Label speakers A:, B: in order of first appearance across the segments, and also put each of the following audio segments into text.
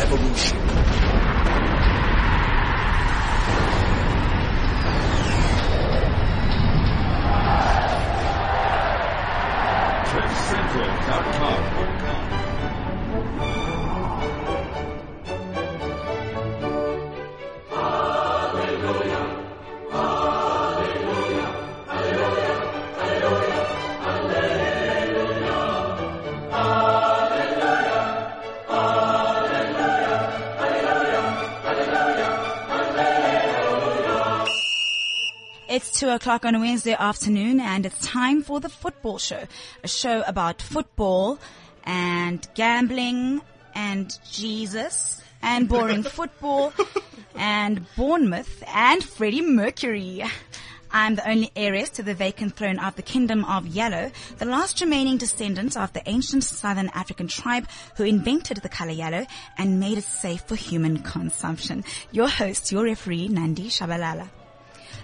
A: evolution.
B: TriffCentral.com.
C: Hmm.
D: It's two o'clock on a Wednesday afternoon and it's time for the football show. A show about football and gambling and Jesus and boring football and Bournemouth and Freddie Mercury. I'm the only heiress to the vacant throne of the Kingdom of Yellow, the last remaining descendant of the ancient southern African tribe who invented the color yellow and made it safe for human consumption. Your host, your referee, Nandi Shabalala.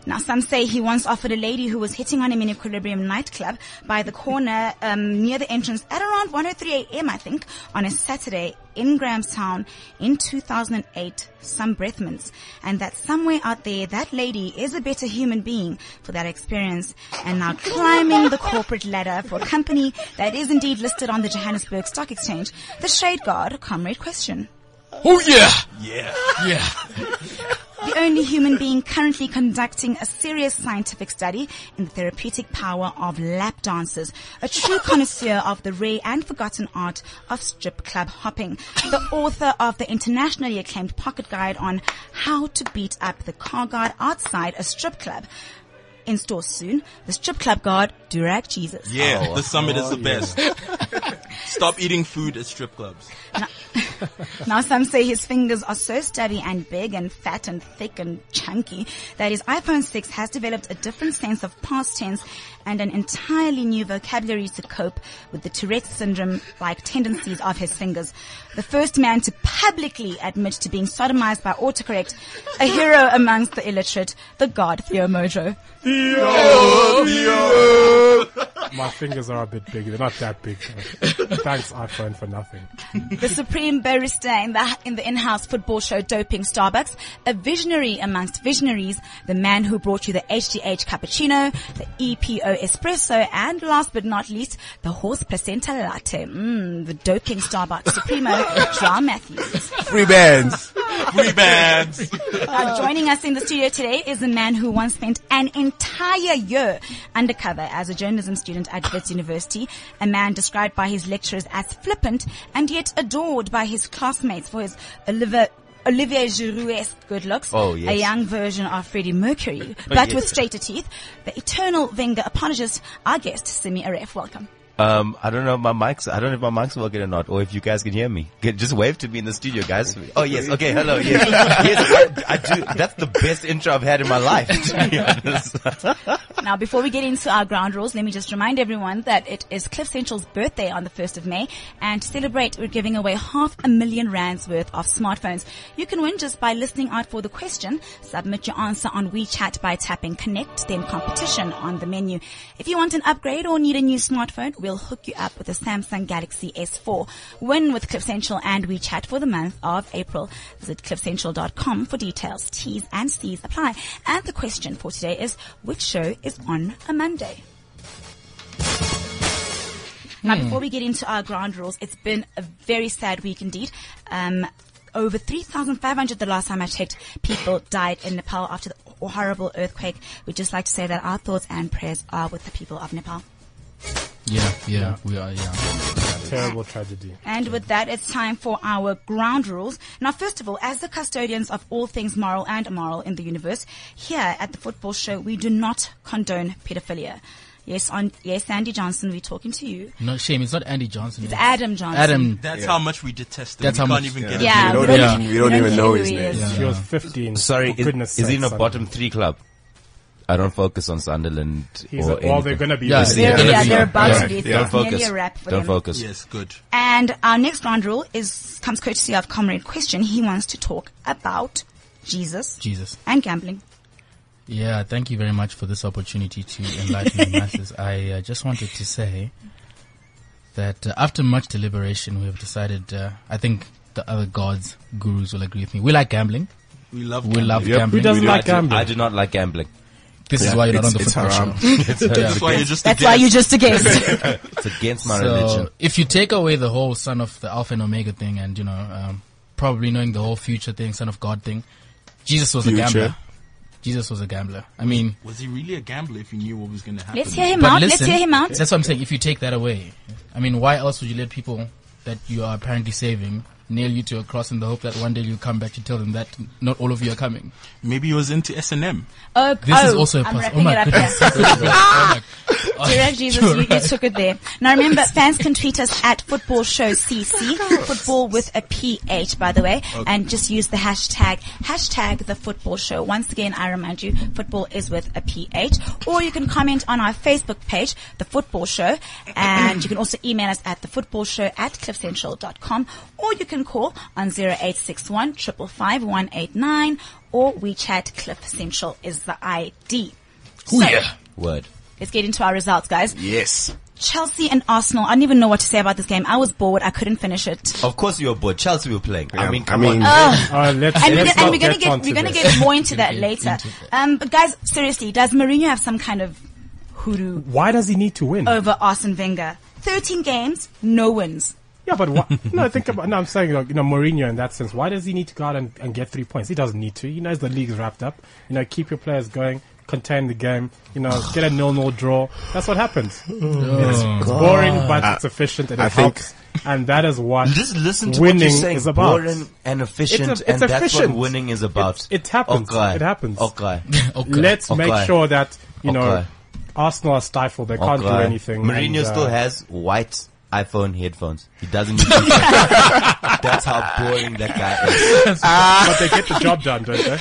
D: Now, some say he once offered a lady who was hitting on him in Equilibrium nightclub by the corner um, near the entrance at around 1.03 a.m., I think, on a Saturday in Grahamstown in 2008, some breath mints, and that somewhere out there, that lady is a better human being for that experience and now climbing the corporate ladder for a company that is indeed listed on the Johannesburg Stock Exchange, the Shade Guard, Comrade Question.
E: Oh yeah,
A: Yeah.
E: yeah.
D: the only human being currently conducting a serious scientific study in the therapeutic power of lap dances, a true connoisseur of the rare and forgotten art of strip club hopping, the author of the internationally acclaimed pocket guide on how to beat up the car guard outside a strip club. In store soon, the strip club guard, Durag Jesus.
F: Yeah, the summit is the best. Stop eating food at strip clubs.
D: Now some say his fingers are so stubby and big and fat and thick and chunky that his iPhone 6 has developed a different sense of past tense and an entirely new vocabulary to cope with the Tourette syndrome like tendencies of his fingers. The first man to publicly admit to being sodomized by autocorrect, a hero amongst the illiterate, the god Theo Mojo.
G: My fingers are a bit big. They're not that big. though. Thanks, iPhone, for nothing.
D: the supreme barista in the, in the in-house football show doping Starbucks, a visionary amongst visionaries, the man who brought you the HGH cappuccino, the EPO espresso, and last but not least, the horse placenta latte. Mmm, the doping Starbucks supremo, Joao Matthews.
H: Free bands.
F: Free bands.
D: Uh, joining us in the studio today is a man who once spent an entire year undercover as a journalism student at Wits University, a man described by his lecturers as flippant and yet adored by his classmates for his Oliver Olivier Giroud-esque good looks,
H: Oh, yes.
D: a young version of Freddie Mercury, but,
H: yes.
D: with straighter teeth, the eternal Wenger apologist, our guest, Simi Aref. Welcome.
H: Um, I don't know if my mics. I don't know if my mics working or not, or if you guys can hear me. Get, just wave to me in the studio, guys. Oh yes, okay, hello. Yes, yes, I, I do. That's the best intro I've had in my life. To be honest.
D: Now, before we get into our ground rules, let me just remind everyone that it is Cliff Central's birthday on the 1st of May. And to celebrate, we're giving away half a million rands worth of smartphones. You can win just by listening out for the question, submit your answer on WeChat by tapping connect, then competition on the menu. If you want an upgrade or need a new smartphone, we'll hook you up with a Samsung Galaxy S4. Win with Cliff Central and WeChat for the month of April. Visit cliffcentral.com for details. T's and C's apply. And the question for today is, which show is on a Monday? Now,
I: Hmm.
D: before we get into our ground rules, it's been a very sad week indeed. Um, over 3,500 the last time I checked people died in Nepal after the horrible earthquake. We'd just like to say that our thoughts and prayers are with the people of Nepal.
E: Yeah, yeah, we are, yeah.
G: Terrible tragedy.
D: And with that, it's time for our ground rules. Now, first of all, as the custodians of all things moral and immoral in the universe, here at the football show, we do not condone pedophilia. Yes, on, yes, Andy Johnson, we're talking to you.
E: No shame, it's not Andy Johnson. It's
D: Adam Johnson.
E: Adam.
F: That's how much we detest them.
E: That's how
F: we can't
E: much-
F: even get
D: Yeah,
F: it.
H: We don't even- we don't
D: we
H: even know
D: who
H: his
D: he
H: name.
D: is.
G: She was 15.
H: Sorry,
G: for
H: is,
G: goodness
H: is he in
G: sake,
H: a
G: son.
H: bottom three club? I don't focus on Sunderland
G: He's
H: or
G: a, well, they're
H: anything.
G: going to be.
E: Yeah, yeah.
G: this year.
D: They're,
E: Gonna
D: yeah,
E: be-
D: they're about
H: Yeah.
D: to be.
H: Don't
D: It's nearly
H: focus.
D: a wrap for
H: Don't
D: them.
H: focus.
F: Yes, good.
D: And our next ground rule is comes courtesy of Comrade Question. He wants to talk about Jesus
E: Jesus.
D: and gambling.
E: Yeah, thank you very much for this opportunity to enlighten the masses. I uh, just wanted to say that uh, after much deliberation, we have decided, uh, I think the other gods, gurus will agree with me. We like gambling.
F: We love
E: We love
A: Yep.
E: gambling.
G: Who doesn't
A: We
G: like
A: do. I
G: gambling?
H: I do not like gambling.
E: This is why you're not on
A: It's-
E: the
A: it's
E: football
A: haram.
E: show.
F: That's why you're just
D: That's
F: a
D: why
F: guest.
D: you just a guest.
H: It's against my
E: So
H: religion.
E: if you take away the whole son of the Alpha and Omega thing, and you know, um, probably knowing the whole future thing, son of God thing, Jesus was a
A: Future.
E: gambler. Jesus was a gambler. I mean,
F: Was he really a gambler if he knew what was going to happen?
D: Let's hear him
E: but
D: out.
E: listen,
D: Let's hear him out.
E: that's what I'm saying. If you take that away, I mean, why else would you let people that you are apparently saving nail you to a cross in the hope that one day you come back to tell them that not all of you are coming?
F: Maybe he was into S and M.
D: Oh,
E: This is
D: oh,
E: also a
D: I'm
E: pass.
D: wrapping
E: oh my
D: it up
E: goodness.
D: here.
E: Ah!
D: Dear Jesus, you, you took it there. Now remember, fans can tweet us at Football Show CC, football with a PH, by the way, and just use the hashtag, hashtag the football show. Once again, I remind you, football is with a PH. Or you can comment on our Facebook page, The Football Show, and you can also email us at thefootballshow at cliffcentral.com, or you can call on 0861 555 189, or WeChat Cliff Central is the ID. So,
H: Word.
D: Let's get into our results, guys.
A: Yes.
D: Chelsea and Arsenal. I don't even know what to say about this game. I was bored. I couldn't finish it.
H: Of course you're bored. Chelsea were playing. I mean,
A: I
H: come
A: mean,
H: on.
G: Uh, let's,
D: And we're,
G: let's
D: gonna, and we're
G: not
D: gonna
G: get
D: get
G: onto
D: we're gonna
G: this.
D: get more into that later.
E: into that.
D: Um, but guys, seriously, does Mourinho have some kind of hoodoo
G: Why does he need to win?
D: over Arsene Wenger? Thirteen games, no wins.
G: Yeah, but why, no, think about. No, I'm saying like you know Mourinho in that sense. Why does he need to go out and, and get three points? He doesn't need to. He knows the league's wrapped up. You know, keep your players going, contain the game. You know, get a nil-nil draw. That's what happens. it's,
H: Oh,
G: it's boring, but it's efficient and it
A: I think-
G: helps. And that is what
H: Just listen to
G: winning
H: what you're saying.
G: is about.
H: Boring and efficient,
G: It's a- it's
H: and that's
G: efficient.
H: what winning is about.
G: It- it happens.
H: Okay.
G: It happens.
H: Okay.
E: Okay.
G: Let's
H: Okay.
G: make sure that you know
H: Okay.
G: Arsenal are stifled. They can't do
H: Okay.
G: anything.
H: Oh, Mourinho
G: and, uh,
H: still has white iPhone headphones. He doesn't need to. That's how boring that guy is.
G: but they get the job done, don't they?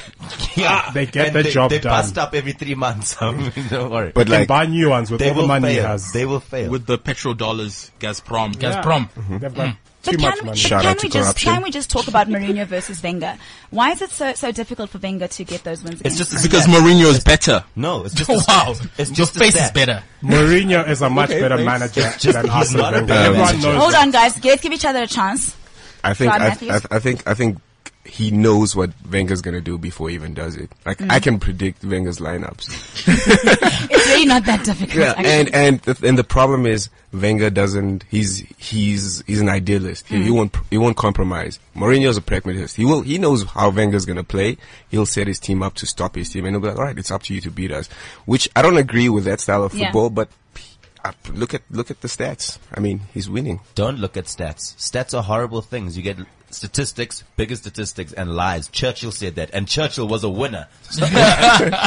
H: Yeah.
G: They get
H: And
G: the
H: they,
G: job
H: they
G: done.
H: bust up every three months. I mean, don't worry.
A: but
G: They
A: like,
G: buy new ones with
H: they
G: all the
H: will
G: money he
H: fail.
G: has.
H: They will fail.
F: with the petrol dollars, Gazprom.
G: Yeah. Mm-hmm.
E: Gazprom.
G: They've got too
D: But
G: much
D: can,
G: money.
D: but
A: Hmm. Shout
D: can
A: out to
D: we just
A: corruption.
D: can we just talk about Mourinho versus Wenger? Why is it so so difficult for Wenger to get those wins?
H: it's
D: again?
H: just a
F: Because
H: stat.
F: Mourinho is better.
H: no. It's just a stat.
E: Wow.
H: It's
E: Your
H: just a
E: face is
H: stat.
E: better.
G: Mourinho is a much better manager
H: It's just-
G: than
H: he's
G: Arsene
H: not a
G: Wenger.
H: better
G: Everyone
A: manager.
G: knows.
D: Hold
G: that.
D: on, guys. Let's give each other a chance.
A: I think,
D: Brian
A: I,
D: Matthews?
A: I, I think, I think he knows what Wenger's gonna do before he even does it. Like, I can predict Wenger's lineups.
D: Mm. It's really not that difficult. actually.
A: and and the, and the problem is Wenger doesn't. He's he's he's an idealist. He,
D: Mm.
A: he won't he won't compromise. Mourinho's a pragmatist. He will he knows how Wenger's gonna play. He'll set his team up to stop his team, and he'll be like, all right, it's up to you to beat us. Which I don't agree with that style of
D: Yeah.
A: football, but. uh, Look at look at the stats. I mean, he's winning.
H: Don't look at stats. Stats are horrible things. You get statistics, bigger statistics, and lies. Churchill said that, and Churchill was a winner. So,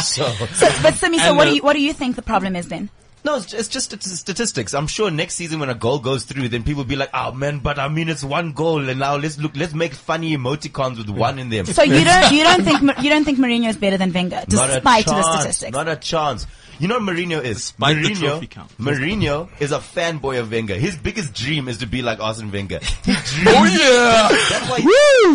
H: so-
D: So, but Simi, so
H: And,
D: what
H: uh,
D: do you what do you think the problem is then?
H: no, it's, it's just it's statistics. I'm sure next season when a goal goes through, then people will be like, "Oh man, but I mean it's one goal." And now let's look, let's make funny emoticons with one in them.
D: So you don't you don't think you don't think Mourinho is better than Wenger
H: Not a
D: despite the
H: chance.
D: statistics.
H: Not a chance. You know what Mourinho is?
F: Despite the
H: Mourinho,
F: trophy count.
H: Mourinho is a fanboy of Wenger. His biggest dream is to be like Arsene Wenger.
D: Oh,
H: He dreams. That's why,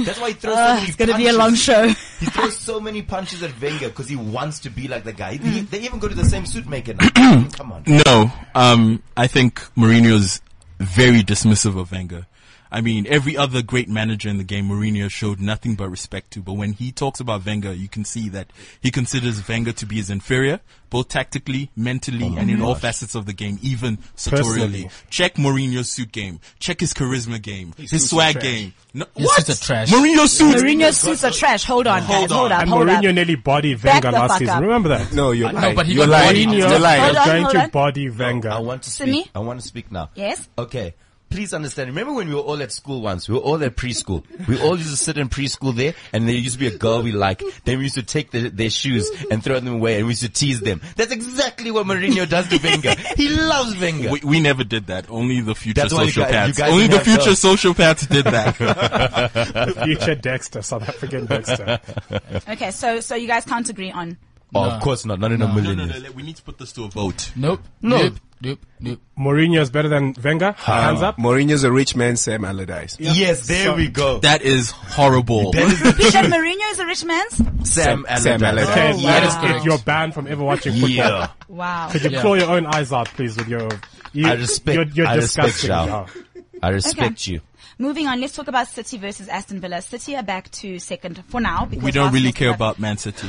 H: that's why he throws so
D: Ugh,
H: many
D: Ah, it's going to be a
H: punches.
D: long show.
H: He throws so many punches at Wenger because he wants to be like the guy. He-
D: Mm.
H: they even go to the same suit maker now. Come on.
F: No, um, I think Mourinho's very dismissive of Wenger. I mean, every other great manager in the game, Mourinho showed nothing but respect to. But when he talks about Wenger, you can see that he considers Wenger to be his inferior, both tactically, mentally, and in all facets of the game, even sartorially.
G: Personally.
F: Check Mourinho's suit game. Check his charisma game. his
G: suits
F: swag
G: are trash.
F: game. No,
E: His
F: what?
E: suits are trash.
F: Mourinho's suit.
D: Mourinho's suits are trash. Hold on,
F: Hold
D: guys.
F: on.
D: Hold up.
G: And
D: Hold
G: Mourinho
D: up.
G: nearly bodied
D: Back
G: Wenger
D: the
G: last
D: fuck
G: season.
D: up.
G: Remember that?
A: No, you're
E: No, but he
A: you're
E: got
A: lying.
E: Mourinho.
A: You're lying.
G: You're
D: Hold on,
G: going
D: hold
G: to
D: on.
G: body
H: I
G: Wenger.
H: want to
D: Simi?
H: speak. I want to speak now.
D: Yes?
H: Okay. Please understand. Remember when we were all at school once? We were all at preschool. We all used to sit in preschool there, and there used to be a girl we liked. Then we used to take the, their shoes and throw them away, and we used to tease them. That's exactly what Mourinho does to Wenger. He loves Wenger.
F: We, we never did that. Only the future
H: That's why you guys- you
F: sociopaths.
H: guys
F: Only the
H: didn't have
F: future sociopaths did that.
G: Future Dexter, South African Dexter.
D: Okay, so so you guys can't agree on.
H: oh, of course not. Not in a
F: no,
H: million
F: no,
H: years.
F: no. We need to put this to a vote.
E: Nope. Nope. Nope. Nope.
G: Mourinho is better than Wenger. Hands up.
A: Uh, Mourinho's a rich man, Sam Allardyce.
H: Yes, there we go.
F: That is horrible.
D: Repeat that Mourinho is a rich man's.
H: Sam
A: Sam
H: Allardyce.
A: Allardyce.
G: Okay,
E: wow.
G: that
E: Yeah.
G: is good. You're banned from ever watching football.
H: Yeah.
D: Wow.
G: Could you
E: Yeah.
G: claw your own eyes out, please, with your? You,
H: I respect-
G: You're, you're
H: I respect
G: disgusting.
H: Shao.
G: yeah.
H: I respect you.
D: Moving on, let's talk about City versus Aston Villa. City are back to second for now. Because
F: We don't really
D: Arsenal's
F: care
D: not-
F: about Man City.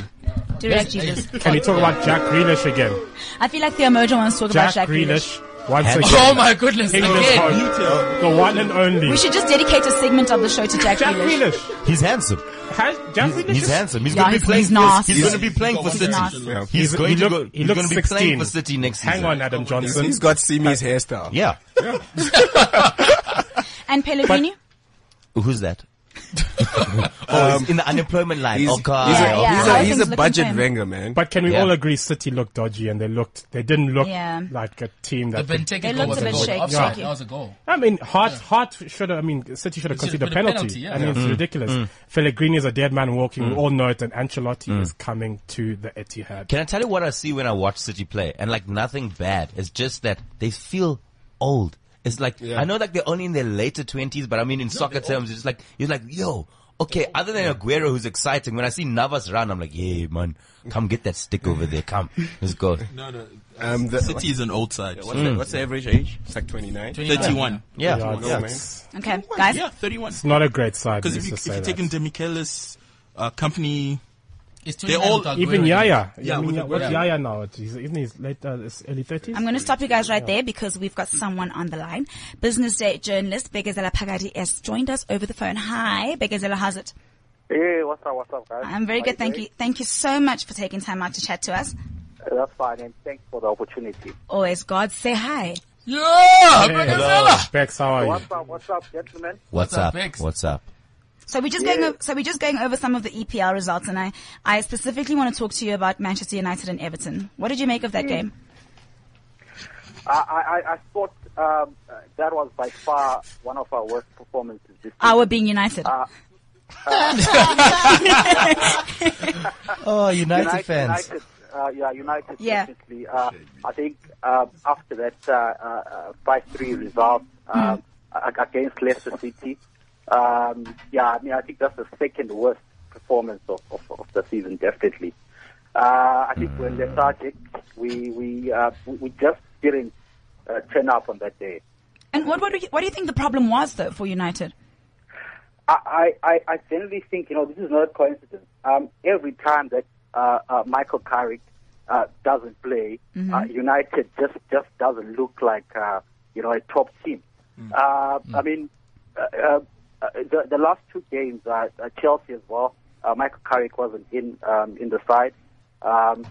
D: Direct Jesus.
G: Can we talk about Jack Greenish again?
D: I feel like the emergent wants to talk
G: Jack,
D: about Jack Grealish.
G: Greenish, once again.
E: Oh my goodness!
G: England's
E: again.
G: heart. The one and only.
D: We should just dedicate a segment of the show to Jack,
G: Jack
D: Grealish.
G: Greenish.
H: He's handsome.
G: Has- Jack Grealish
H: He's
G: is-
H: handsome. He's
D: Yeah,
H: going to
D: he's-
H: be playing.
D: he's nasty.
H: He's going to be playing for
D: He's
H: City.
D: nasty.
A: Yeah.
H: He's
G: He
H: going to
G: look-
H: go.
G: he
H: He's
G: looks
H: going to be
G: 16.
H: playing for City next season.
G: Hang on, Adam Johnson.
A: He's got Simi's hairstyle.
H: Yeah.
D: And Pellegrini?
H: Who's that? oh, he's in the unemployment line.
A: Um, He's,
H: Okay.
A: he's a,
D: Yeah,
A: he's
D: yeah.
A: a-
D: How are
A: he's a
D: things looking for
A: budget
D: him?
A: Wenger, man.
G: But can we
H: Yeah.
G: all agree City looked dodgy and they looked, they didn't look
D: Yeah.
G: like a team
E: The
G: that. could-
E: Benteke
D: They
E: goal
D: looked
E: was
D: a
E: a
D: bit
E: goal.
D: shaky.
E: Offside,
D: Yeah.
E: that was a goal.
G: I mean, Hart, Hart should have, I mean, City should have conceded a
E: been a
G: penalty.
E: penalty, yeah.
G: I mean,
H: Mm.
G: it's ridiculous. Pellegrini is a dead man walking. We all know it. And Ancelotti
H: Mm.
G: is coming to the Etihad.
H: Can I tell you what I see when I watch City play? And like nothing bad. It's just that they feel old. It's like I know like they're only in their later twenties, but I mean in soccer terms, it's like you're like, yo, okay, other than Aguero who's exciting, when I see Navas run, I'm like, yeah, man, come get that stick over there. Come. Let's go.
F: No, no.
A: um, the,
F: City is an old side.
A: what's, the, what's the average age? It's like 29.
F: 31.
H: Yeah.
G: Yeah, it's,
A: man.
G: it's
D: Okay, guys.
F: Yeah, 31.
G: not a great side.
F: Because
G: let's
F: if, you,
G: just
F: if
G: say
F: you're
G: that.
F: taking Demichelis, uh, company,
E: It's
F: They all-
G: Even Yaya.
F: Yeah,
G: I mean,
F: with the-
G: what's
F: yeah.
G: Yaya now? It's- he's- Isn't he late, uh, it's early 30s?
D: I'm going to stop you guys right there because we've got someone on the line. Business day journalist Begazela Pagadi has joined us over the phone. Hi, Begazela, how's it?
J: Hey, what's up, what's up, guys?
D: I'm very good, thank you. Thank you so much for taking time out to chat to us.
J: Uh, That's fine, and thanks for the opportunity.
D: Always God say hi.
E: Yeah,
G: Bex, how are you?
J: What's up, what's up, gentlemen?
H: What's,
E: up,
H: up?
E: Bex?
H: What's up?
D: So we're just going over, so we're just going over some of the EPL results and I, I specifically want to talk to you about Manchester United and Everton. What did you make of that game?
J: I, I, I thought um, uh, that was by far one of our worst performances this
D: Our being United.
H: Oh, United, fans.
J: United, uh, yeah, United.
D: Yeah.
J: Definitely. Uh, I think uh, after that uh, uh, five-three result uh, a- against Leicester City, um, yeah, I mean, I think that's the second worst performance of, of, of the season, definitely. Uh, I think we're lethargic. We we uh, we- we just didn't uh, turn up on that day.
D: And what, what, do you, what do you think the problem was though for United?
J: I, I, I generally think, you know, this is not a coincidence. Um, every time that uh, uh, Michael Carrick uh, doesn't play, uh, United just, just doesn't look like, uh, you know, a top team. Uh, I mean, uh, uh, uh, the, the last two games, uh, uh, Chelsea as well, uh, Michael Carrick wasn't in, um, in the side. Um,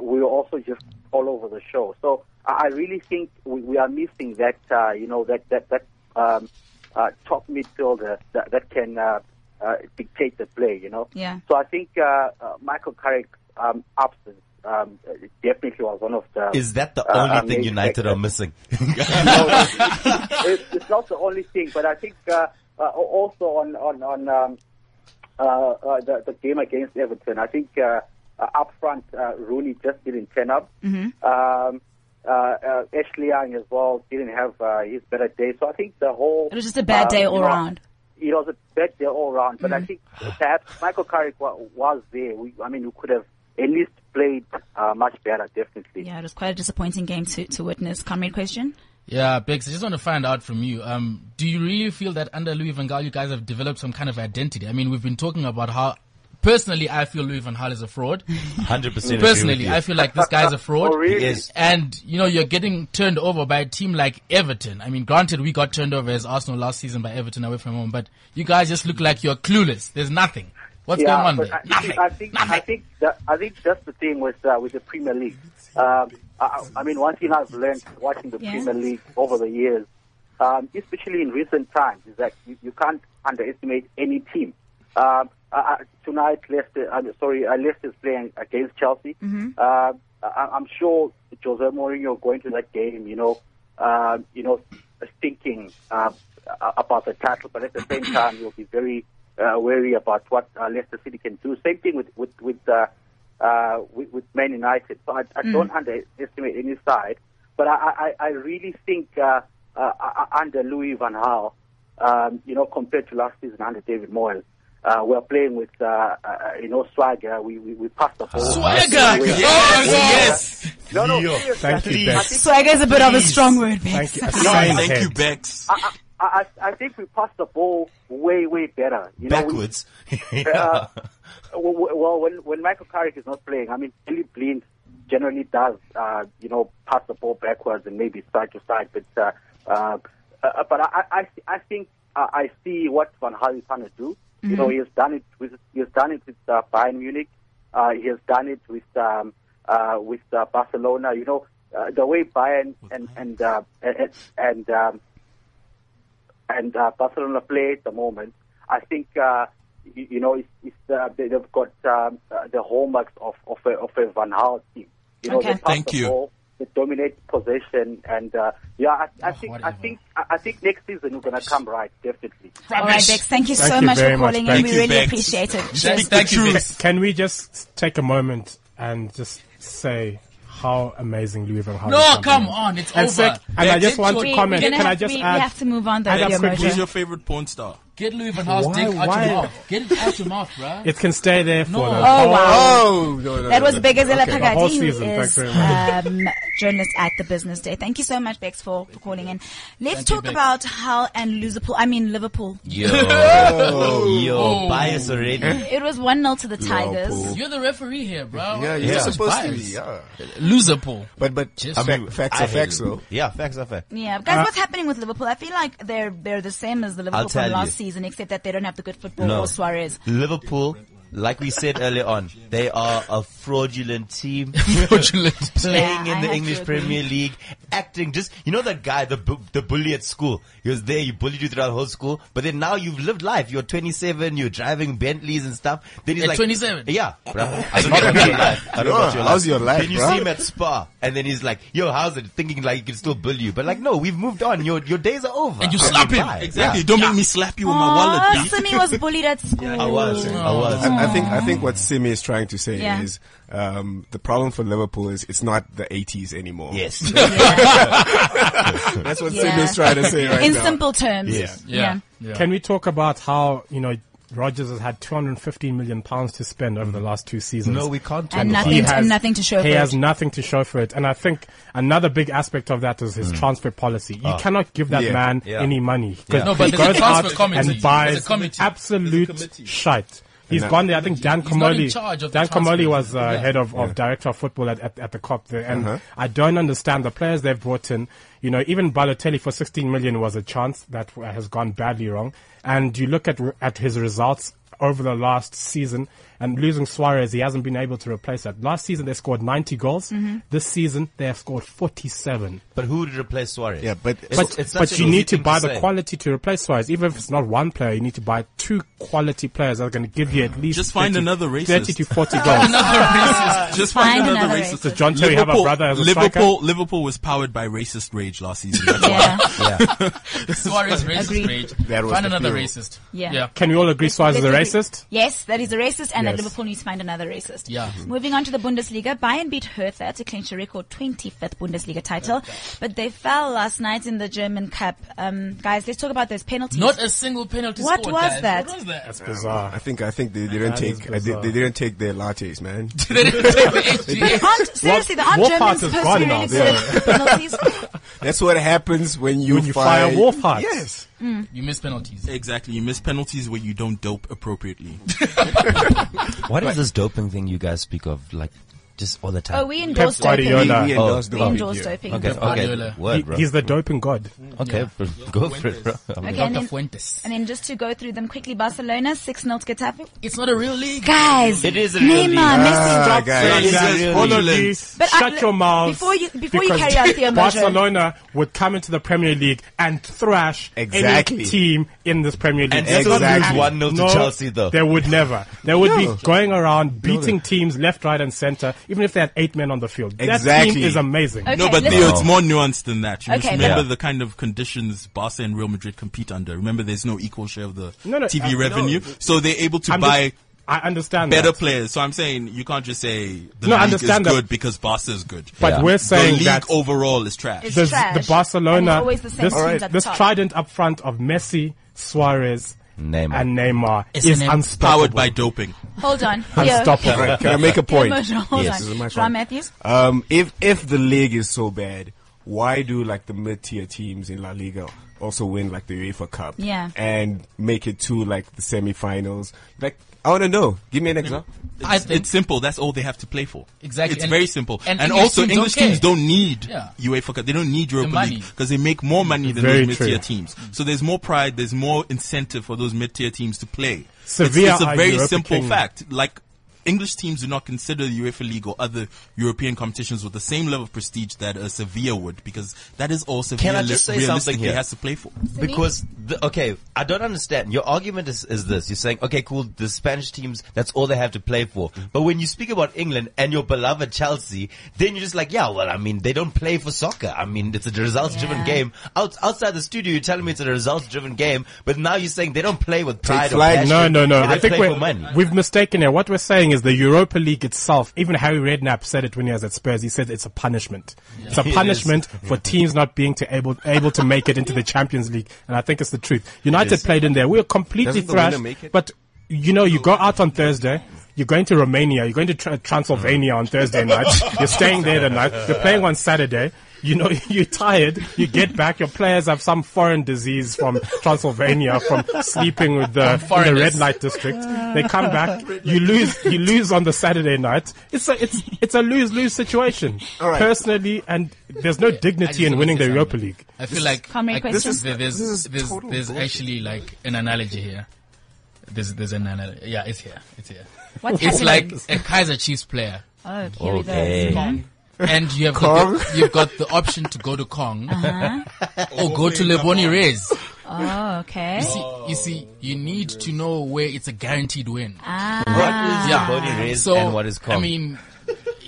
J: we were also just all over the show. So I I really think we, we are missing that, uh, you know, that, that, that um, uh, top midfielder that, that can uh, uh, dictate the play, you know.
D: Yeah.
J: So I think uh, uh, Michael Carrick's um, absence um, uh, definitely was one of the.
H: Is that the
J: uh,
H: only
J: uh,
H: thing
J: major
H: United
J: factors.
H: are missing?
J: No, it's, it's- it's not the only thing, but I think uh, uh, also on on on um, uh, uh, the, the game against Everton, I think uh, uh, up front uh, Rooney just didn't turn up. Um, uh, uh, Ashley Young as well didn't have uh, his better day, so I think the whole um,
D: It was just a bad day
J: Uh, you
D: all
J: know,
D: round. Mm-hmm.
J: It was a bad day all round, but I think perhaps Michael Carrick wa- was there. We, I mean, we could have at least played uh, much better, definitely.
D: Yeah, it was quite a disappointing game to, to witness. Comrade question?
E: Yeah, Biggs, I just want to find out from you. Um, do you really feel that under Louis Van Gaal, you guys have developed some kind of identity? I mean, we've been talking about how, personally, I feel Louis Van Gaal is a fraud.
H: 100%
E: Personally, I feel like this guy's a fraud.
J: Oh, really?
H: Yes.
E: And, you know, you're getting turned over by a team like Everton. I mean, granted, we got turned over as Arsenal last season by Everton away from home, but you guys just look like you're clueless. There's nothing. What's going on
J: but
E: there?
J: I, I think I think that, I think that's the thing with uh, with the Premier League. Um, I, I mean, one thing I've learned watching the
D: Yeah.
J: Premier League over the years, um, especially in recent times, is that you, you can't underestimate any team. Um, uh, tonight, Leicester, I'm sorry, uh, Leicester's playing against Chelsea. Um, I, I'm sure Jose Mourinho going to that game, you know, um, you know, thinking uh, about the title, but at the same time, you'll be very uh, wary about what uh, Leicester City can do. Same thing with with with uh, uh, with, with Man United. So I, I don't underestimate any side, but I I, I really think uh, uh, uh, under Louis Van Gaal, um, you know, compared to last season under David Moyes. Uh, we're playing with, uh, uh, uh, you know, swagger. We, we, we pass the ball.
E: Swagger!
J: We-
E: Yes, yes.
J: No, no,
F: Yo,
J: seriously,
G: thank
J: I
G: you,
J: think-
G: Bex.
J: I think-
D: Swagger is a bit of a strong word,
G: Thank you.
D: Bex.
G: A
F: No,
G: sign
F: thank
G: head.
F: you, Bex.
J: I, I I think we passed the ball way way better. You know, we-
H: Backwards.
J: uh, w- w- well, when when Michael Carrick is not playing, I mean, Billy Blind generally does, uh, you know, pass the ball backwards and maybe side to side. But uh, uh, uh, but I I, I think uh, I see what Van Gaal is trying to do. You
D: Mm-hmm.
J: know, he has done it with he has done it with uh, Bayern Munich. Uh, he has done it with um, uh, with uh, Barcelona. You know, uh, the way Bayern and and uh, and, and um, and uh, Barcelona play at the moment. I think uh, you, you know it's, it's, uh, they- they've got um, uh, the hallmarks of of a, of a Van Gaal team. You know,
D: Okay.
J: they pass
F: Thank
J: the
F: you.
J: ball, they dominate possession, and uh, yeah, I, I
E: Oh,
J: think I
E: whatever.
J: think I, I think next season we're going to come right, definitely.
D: All right, Bex, thank you
G: Thank
D: so
G: you
D: much for
G: very much,
D: calling in.
G: Bex.
F: Thank
D: We
F: you,
D: really
F: Bex.
D: appreciate it.
E: Bex,
F: Speak
D: Cheers.
F: the
E: thank you,
F: truth.
E: Bex.
G: Can we just take a moment and just say how amazing Louis Van Gaal
E: No,
G: is
E: come
G: sometimes?
E: on, it's
G: And,
E: over.
G: sec- and I
E: That's
G: just
E: it,
G: want
E: Jordan.
D: We,
G: to comment.
D: we're gonna
G: Can I
D: have-
G: just
D: we, we
G: add?
D: have to move on though,
G: add up
D: Leo
G: quickly.
F: Who's
D: Mojo.
F: your favorite porn star?
E: Get Louis Van Gaal's
G: Why-
E: dick out
G: why-
E: your mouth. Get it out your mouth, bro.
G: It can stay there for
E: No.
G: the
E: Oh,
G: whole-
D: wow.
A: Oh, no, no,
D: That
A: no,
D: was
A: no.
D: Begazela
A: Okay.
G: The whole
D: Pagadi,
G: season,
D: who
G: thanks
D: is
G: very
D: um, journalist at the Business Day. Thank you so much, Bex, for, for calling in. Let's
E: you,
D: talk
E: Bex.
D: about Hull and Liverpool. I mean Liverpool.
H: Yo, yo, bias already.
D: It was one 0 to the Tigers.
A: Liverpool.
E: You're the referee here,
D: Oh,
E: bro.
A: Yeah, you're
H: Yeah.
A: supposed to be.
E: Bias.
A: Yeah,
E: Loser pool.
A: but but
E: Just-
A: fac- facts
H: I
A: are
H: hate
A: facts,
H: Liverpool.
A: though.
H: Yeah, facts are facts.
D: Yeah,
E: Uh,
D: guys, what's happening with Liverpool? I feel like they're they're the same as the Liverpool
H: tell
D: from
H: you.
D: last season, except that they don't have the good football
H: No.
D: or Suarez.
H: Liverpool, like we said earlier on, they are a fraudulent team.
E: Fraudulent.
H: Playing
D: Yeah, I
H: in the
D: have
H: English
D: to agree.
H: Premier League, acting just you know that guy, the bu- the bully at school. He was there, he bullied you throughout the whole school, but then now you've lived life. You're 27, you're driving Bentleys and stuff. Then he's
E: At
H: like
E: 27?
H: Yeah, bruh. I don't know about your life. I don't know about your
A: Yeah,
H: life.
A: how's your life,
H: Then you
A: bruh?
H: see him at Spa, and then he's like, "Yo, how's it?" Thinking like he can still bully you, but like, no, we've moved on. Your your days are over.
E: And you slap him.
H: Bye.
F: Exactly. Don't make me slap you with my
D: Oh,
F: wallet.
D: Simi was bullied at school.
H: Yeah. I was, I was.
A: I, I think I think what Simi is trying to say
D: Yeah.
A: is um, the problem for Liverpool is it's not the 80s anymore.
H: Yes.
A: that's what
D: Yeah.
A: Simi is trying to say right
D: In
A: now.
D: simple terms.
A: Yeah.
E: Yeah. yeah.
G: Can we talk about how you know Rogers has had 215 million pounds to spend over the last two seasons?
H: No, we can't.
D: And
H: talk
D: nothing-
H: about it.
D: to- nothing to show
G: he
D: for
G: has
D: it.
G: nothing to show for it. And I think another big aspect of that is his transfer policy. You cannot give that
A: Yeah.
G: man
H: Yeah.
G: any money because
E: No, but
G: he
E: there's a
G: goes
E: transfer
G: out
E: committee.
G: and buys
E: There's a committee.
G: absolute shite. He's gone there. I think Dan
E: He's not in
G: Comoli.
E: charge of the
G: Dan
E: transfer.
G: Comoli was uh,
E: Yeah.
G: head of, of director of football at, at, at the COP there, and I don't understand the players they've brought in. You know, even Balotelli for 16 million was a chance that uh, has gone badly wrong. And you look at at his results over the last season, and losing Suarez, he hasn't been able to replace that. Last season they scored 90 goals. This season they have scored 47.
H: But who would replace Suarez?
A: Yeah, but-
H: It's-
G: But,
H: it's such
G: but
H: an
G: you
H: easy
G: need to
H: thing
G: buy the
H: say.
G: quality to replace Suarez. Even if it's not one player, you need to buy two quality players that are going to give you at least
F: Just find another racist.
G: 30 to 40 goals.
F: Just find
D: Find
F: another
D: another
F: racist.
D: So
G: John Terry have a brother as a
F: Liverpool,
G: striker?
F: Liverpool was powered by racist rage last season. That's why.
D: Yeah.
E: Suarez racist
D: Agreed.
E: rage.
A: That was
E: Find
A: the
E: another
A: fuel.
E: racist.
D: Yeah.
E: Yeah.
G: Can we all agree Suarez is a
D: Let's agree.
G: racist?
D: Yes, that is a racist, and that
G: Yes.
D: Liverpool needs to find another racist. Mm-hmm.
E: Yeah. Mhm.
D: Moving on to the Bundesliga, Bayern beat Hertha to clinch a record 25th Bundesliga title, but they fell last night in the German Cup. Um, guys, let's talk about those penalties.
E: Not a single penalty
D: What
E: scored,
D: was
E: guys.
D: that?
E: What was that?
G: It's bizarre.
A: I think I think they, didn't
G: That is
A: take uh, they,
G: bizarre.
A: they didn't take their lattes, man.
E: they didn't take the HGA.
D: aren't, seriously, there aren't
G: Wolf
D: Germans
G: Hart is
D: supposed to be
G: gone
D: really
G: now.
D: good at penalties.
A: That's what happens when you
G: When you
A: fire
G: fire Wolf Hart.
A: Yes,
E: You missed penalties.
F: Exactly. You miss penalties where you don't dope appropriately.
H: What is this doping thing you guys speak of, like, just all the time?
D: Oh, we endorse
G: Pep Guardiola.
D: doping.
A: he
H: Oh.
A: endorsed
D: We
A: the
D: endorse
A: yeah.
D: doping.
H: okay, okay,
E: Guardiola.
H: word,
G: He-
H: bro.
G: he's the doping god.
H: okay, go for it, bro. I mean,
D: Okay,
E: Dr.
D: and then,
E: Fuentes.
D: and then just to go through them quickly, Barcelona 6-0 to Getafe.
E: It's not a real league.
D: Guys,
H: It is a real league.
D: Neymar, Messi,
A: Ah,
F: saying
A: guys.
F: that.
G: Guys,
F: really-
G: all of
F: Really?
G: these,
D: But
G: shut
D: I-
G: your mouths.
D: before you- before you
G: because
D: carry out Theo Mojo.
G: Barcelona would come into the Premier League and thrash
A: Exactly.
G: any team in this Premier League.
H: And
A: this was lose
G: Exactly.
H: 1-0 to
G: No,
H: Chelsea, though.
G: They would never. They would be going around beating teams left, right, and centre, even if they had eight men on the field. That
A: Exactly.
G: team is amazing.
D: Okay,
F: no, but
D: let's-
F: Theo, it's more nuanced than that. You
D: Okay,
F: must remember
H: but-
F: the kind of conditions Barca and Real Madrid compete under. Remember, there's no equal share of the
G: No, no,
F: TV
G: uh, no.
F: revenue, so they're able to
G: I'm just-
F: buy
G: I understand
F: better
G: that.
F: players. So I'm saying you can't just say the
G: No, I
F: league is
G: understand that.
F: good because Barca is good.
G: But
H: Yeah.
G: we're
F: the
G: saying
F: league
G: that
F: overall is trash.
D: It's
G: the,
D: trash.
G: the Barcelona,
D: And it's always the same
G: this,
D: teams at the
G: this
D: top.
G: trident up front of Messi, Suarez,
H: Neymar.
G: and Neymar is
E: name-
G: unstoppable.
F: powered by doping.
D: Hold on. Theo,
G: unstoppable.
A: All right, can I make a
D: Theo
A: point?
D: Mojo, hold
A: Yes, this is my
D: on.
A: fault.
D: John Matthews.
A: Um, if if the league is so bad, why do like the mid tier teams in La Liga also win like the UEFA Cup.
D: Yeah.
A: And make it to like the semi-finals. Like, I want to know. Give me an example.
E: I
F: It's,
E: think-
F: it's simple. That's all they have to play for.
E: Exactly.
F: It's
E: And-
F: very simple.
E: and
F: And,
E: English
F: also,
E: teams
F: English
E: don't care.
F: teams don't need
E: Yeah.
F: UEFA Cup. They don't need Europa
E: money.
F: League because they make more money than
G: Very
F: those mid-tier
G: true.
F: teams. So there's more pride. There's more incentive for those mid-tier teams to play. It's-
G: Sevilla
F: it's, a
G: are
F: very
G: Europa
F: simple
G: king.
F: fact. Like. English teams do not consider the UEFA League or other European competitions with the same level of prestige that a Sevilla would, because that is all Sevilla
H: I just
F: li-
H: say something
F: realistically
H: here?
F: has to play for.
H: Because the, okay, I don't understand. Your argument is, is this: you're saying, okay, cool, the Spanish teams, that's all they have to play for. But when you speak about England and your beloved Chelsea, then you're just like, yeah, well, I mean, they don't play for soccer. I mean, it's a results-driven
D: Yeah.
H: game. Out, outside the studio, you're telling me it's a results-driven game, but now you're saying they don't play with pride or
A: flight.
H: passion.
G: No, no, no.
H: They
G: I
H: don't
G: think
H: play for money.
G: we're, we've mistaken here. What we're saying is the Europa League itself, even Harry Redknapp said it when he was at Spurs, he said it's a punishment. It's a
H: is.
G: punishment for teams not being to able, able to make it into the Champions League. And I think it's the truth. United played in there. We were completely
A: Doesn't the winner
G: thrashed.
A: make it?
G: But, you know, you go out on Thursday. You're going to Romania. You're going to tra- Transylvania on Thursday night. You're staying there the night. You're playing on Saturday. You know, you're tired. You get back. Your players have some foreign disease from Transylvania, from sleeping with the, in the
E: foreigners.
G: red light district. They come back. You lose. You lose on the Saturday night. It's a it's it's a lose lose situation.
A: right.
G: Personally, and there's no
E: I
G: dignity
E: just
G: in
E: wanna
G: winning
E: say
G: the Europa
E: something.
G: League.
E: I feel like,
D: Comrade
E: like
D: question.
E: there- there's
A: this is
E: there's,
A: total
E: there's
A: bullshit.
E: actually like an analogy here. There's there's an analogy. Yeah, it's here. It's here.
D: What's
E: It's like
D: happening?
E: a Kaiser Chiefs player,
D: oh, here
H: Okay.
D: we go. Mhm.
E: and you have got the, you've got the option to go to Kong or go to Leboni Rays.
D: Oh, Uh-huh. okay.
E: You see, you see, you need to know where it's a guaranteed win.
D: Ah.
H: What is
E: Yeah.
H: body raised
E: So
H: and what is called?
E: I mean,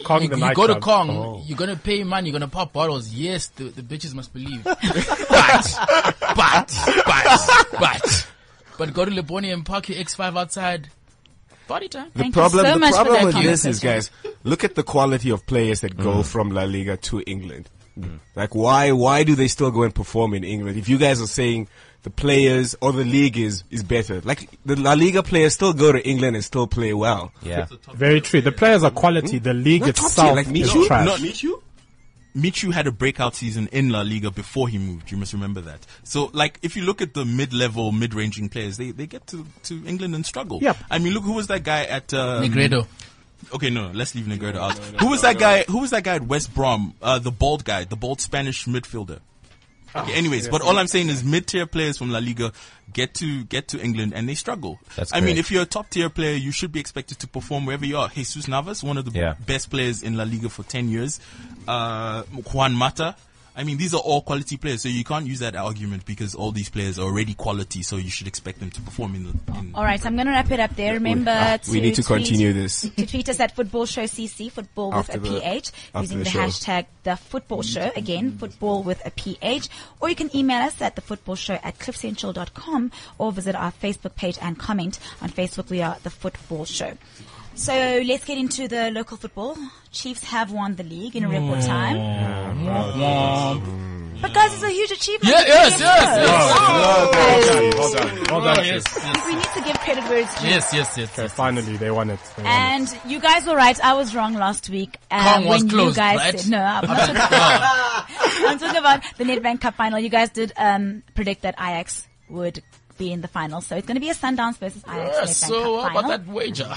G: Kong
E: you,
G: the
E: you go to
G: nightclub.
E: Kong,
H: Oh.
E: you're gonna pay money, you're gonna pop bottles. Yes, the, the bitches must believe. but, but, but, but, but go to Leboni and park your X5 outside. Party time.
A: The
D: Thank you
A: problem,
D: so
A: the
D: much for
A: problem
D: that
A: with this is, guys,
D: conversation.
A: look at the quality of players that
H: Mm.
A: go from La Liga to England. Like, why, why do they still go and perform in England? If you guys are saying the players or the league is, is better, like the La Liga players still go to England and still play well.
H: yeah.
G: Very true. The players are quality. The league
A: Not top tier,
G: itself
A: like
G: is
A: Michu.
G: trash.
F: No, Michu? Michu had a breakout season in La Liga before he moved. You must remember that. So, like, if you look at the mid-level, mid-ranging players, they, they get to, to England and struggle.
G: Yep.
F: I mean, look, who was that guy at... Um,
E: Negredo.
F: Okay, no, no, let's leave Negredo out. who was that guy? Who was that guy at West Brom? Uh, the bald guy, the bald Spanish midfielder.
A: Ah,
F: Okay, anyways, but all I'm saying is mid-tier players from La Liga get to get to England and they struggle.
H: That's
F: I mean,
H: correct.
F: if you're a top-tier player, you should be expected to perform wherever you are. Jesus Navas, one of the
H: Yeah.
F: best players in La Liga for 10 years. Uh, Juan Mata. I mean, these are all quality players, so you can't use that argument because all these players are already quality, so you should expect them to perform in the. In
D: All right, I'm going to wrap it up there. Remember
A: ah,
D: to
A: we need to
D: tweet-
A: continue this.
D: To tweet us at Football Show CC, football
A: After
D: with a
A: the-
D: PH,
A: after
D: using
A: the
D: the,
A: show.
D: hashtag the football show. Again, football with a PH. Or you can email us at the football show at cliffcentral.com or visit our Facebook page and comment. On Facebook, we are the football show. So let's get into the local football. Chiefs have won the league in a record time. But guys, it's a huge achievement.
E: Yeah, yes,
D: Yes,
E: yes, yes.
G: Well
D: yes.
G: done, well done, well done.
E: Oh, yes, yes,
D: We need to give credit where it's due.
E: yes, yes, yes.
G: Okay, finally, they won it. They won it.
D: And you guys were right. I was wrong last week. Um,
E: Kong was
D: when you
E: closed,
D: guys
E: right?
D: said, no, I'm not talking I'm talking about the Nedbank Cup final. You guys did um, predict that Ajax would be in the final, so it's going to be a Sundowns versus Ajax
E: Yeah,
D: Nedbank
E: so
D: Cup
E: what
D: final.
E: about that wager?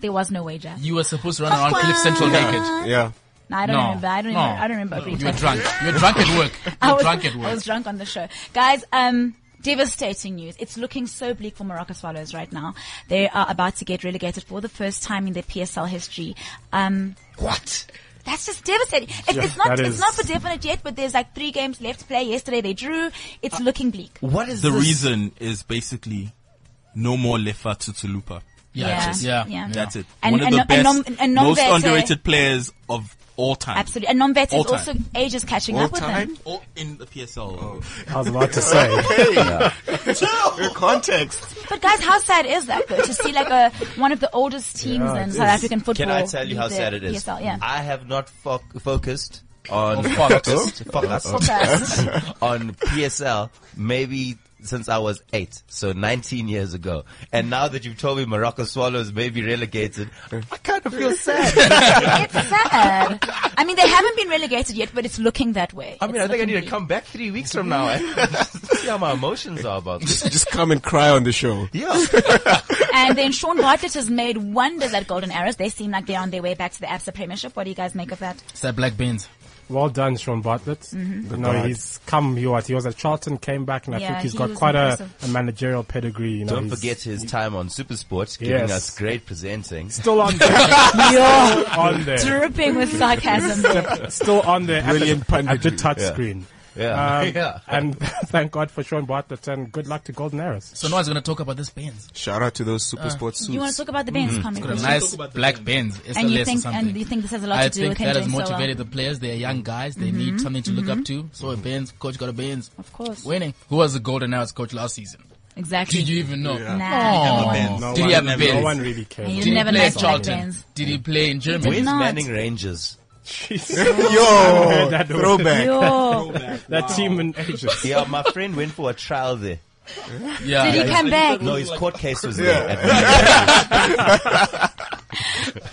D: There was no wager.
E: You were supposed to run around Cliff Central naked.
A: Yeah.
D: No, I don't
E: No,
D: remember. I don't.
E: no.
D: Remember, I don't remember. agreeing
E: You
D: to
E: were
D: that.
E: drunk. You were drunk at work. You
D: I
E: were
D: was,
E: drunk at
D: I
E: work.
D: was drunk on the show. Guys, um, devastating news. It's looking so bleak for Morocco Swallows right now. They are about to get relegated for the first time in their PSL history. Um, what? That's just devastating. It's, it's not,
G: that
D: it's
G: is-
D: not for definite yet, but there's like three games left to play. Yesterday they drew.
E: Uh,
D: It's looking bleak.
H: What is
F: the
H: this?
F: reason is basically no more Lefa Tsutulupa.
E: Yeah,
D: Yeah,
E: yeah,
D: yeah.
E: yeah.
F: That's it.
D: And-
F: One of
D: and
F: the
D: no- and
F: best,
D: nom- and nom-
F: most
D: Vete.
F: underrated players of all time.
D: Absolutely. And Nomvet
F: All
D: is also
F: time.
D: age is catching up with them.
F: All in the PSL.
G: I was about to say.
A: Context.
D: But guys, how sad is that though? To see like a, one of the oldest teams in South African football.
H: Can I tell you
D: leave
H: how
D: the
H: sad it is?
D: PSL, yeah.
H: I have not fo- focused on
E: Of course.
H: focused, focused
D: Focus.
H: on PSL maybe since I was eight, so 19 years ago. And now that you've told me Morocco Swallows may be relegated, I kind of feel sad.
D: it's sad. I mean, they haven't been relegated yet, but it's looking that way.
H: I mean,
D: It's
H: I think I
D: looking
H: need to
D: bleak.
H: come back three weeks from now. eh? see how my emotions are about this.
A: Just come and cry on the show.
H: Yeah.
D: And then Sean Bartlett has made wonders at Golden Arrows. They seem like they're on their way back to the APSA Premiership. What do you guys make of that? Mm-hmm.
E: It's that black Benz.
G: Well done, Sean Bartlett. You know,
A: God.
G: he's come here. What he was at Charlton, came back, and I
D: Yeah,
G: think he's
D: he
G: got
D: was
G: quite a, a
D: impressive.
G: managerial pedigree. You know,
H: Don't
G: he's
H: forget his time on Supersport, giving
G: Yes.
H: us great presenting.
G: still on there. still on there.
D: Dripping with sarcasm. there.
G: Still on there. at the-
A: Brilliant
G: at the
A: punditry.
G: touch screen.
H: Yeah.
G: Um,
H: yeah.
G: And thank God for Sean Bartlett, and good luck to Golden Arrows.
E: So no one's gonna talk about this Benz.
A: Shout out to those super
H: Uh,
A: sports suits.
D: You want to talk about the Benz comment?
E: Mm-hmm. Got a
D: Richard?
E: nice black Benz. It's
D: and
E: the
D: you
E: less or
D: think
E: something.
D: and you think this has a lot
E: I
D: to do
E: think
D: with him
E: that has
D: doing so well. Mm-hmm.
E: motivated the players. They're young guys. They need something to look up to. So a
H: Mm-hmm.
E: Benz coach got a Benz.
D: Of course.
E: Winning. Who was the Golden Arrows coach last season?
D: Exactly.
E: Did you even know?
D: Nah.
E: Oh.
D: no.
F: Benz.
G: No
E: Did
G: one,
E: he have a
G: no
E: Benz?
G: one really cares.
D: You
E: Did
D: never
E: he play
D: met
E: at
D: black
E: Charlton?
D: Benz.
E: Did he play in Germany?
H: Where's
D: not.
H: Manning Rangers?
A: Yo,
G: that word.
A: throwback.
D: Yo.
G: That team in ages.
H: Yeah, my friend went for a trial there.
E: Yeah.
D: Did he come back?
H: No, his court case was there. at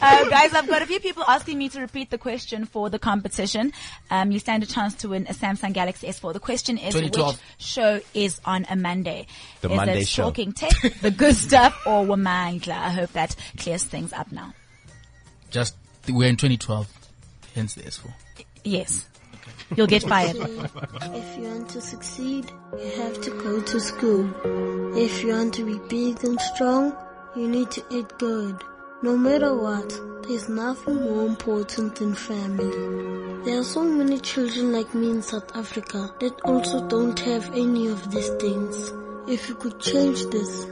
D: Uh, guys, I've got a few people asking me to repeat the question for the competition. Um, you stand a chance to win a Samsung Galaxy S4. The question is,
E: 2012.
D: which show is on a Monday?
H: The
D: is
H: Monday
D: it
H: show.
D: Talking Tech, The Good Stuff, or Wamangla? I hope that clears things up now.
E: Just we're in 2012. Hence the S4.
D: Yes. You'll get fired.
I: If you want to succeed, you have to go to school. If you want to be big and strong, you need to eat good. No matter what, there's nothing more important than family. There are so many children like me in South Africa that also don't have any of these things. If you could change this,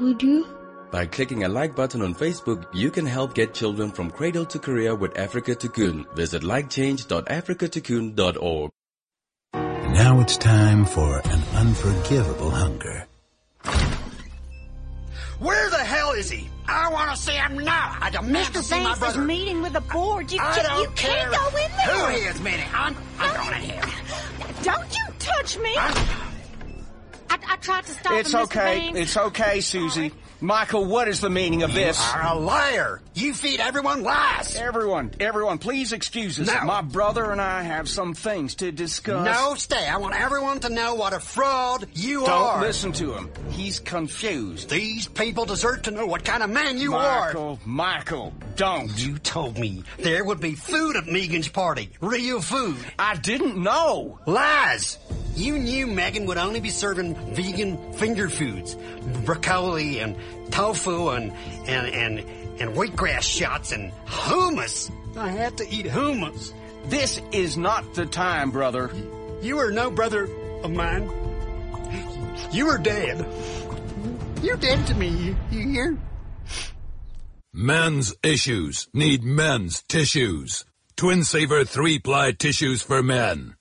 I: would you?
K: By clicking a like button on Facebook, you can help get children from cradle to career with Africa Cocoon. Visit likechange.africatocoon.org.
L: Now it's time for an unforgivable hunger.
C: Where the hell is he? I want to see him now. I don't want to see my brother.
I: meeting with the board. You,
C: I don't care who he is, Minnie. I'm, I'm going in here.
I: Don't you touch me! I, I tried to stop
C: It's okay. It's okay, Susie. Michael, what is the meaning of this? You are a liar. You feed everyone lies. Everyone, everyone, please excuse us. My brother and I have some things to discuss. No, stay. I want everyone to know what a fraud you are. Don't listen to him. He's confused. These people deserve to know what kind of man you are. Michael, Michael, don't. You told me there would be food at Megan's party. Real food. I didn't know. Lies. You knew Megan would only be serving vegan finger foods, broccoli and tofu and and and, and wheatgrass shots and hummus. I had to eat hummus. This is not the time, brother. You are no brother of mine. You are dead. You're dead to me. You hear?
L: Men's issues need men's tissues. Twin Saver three ply tissues for men.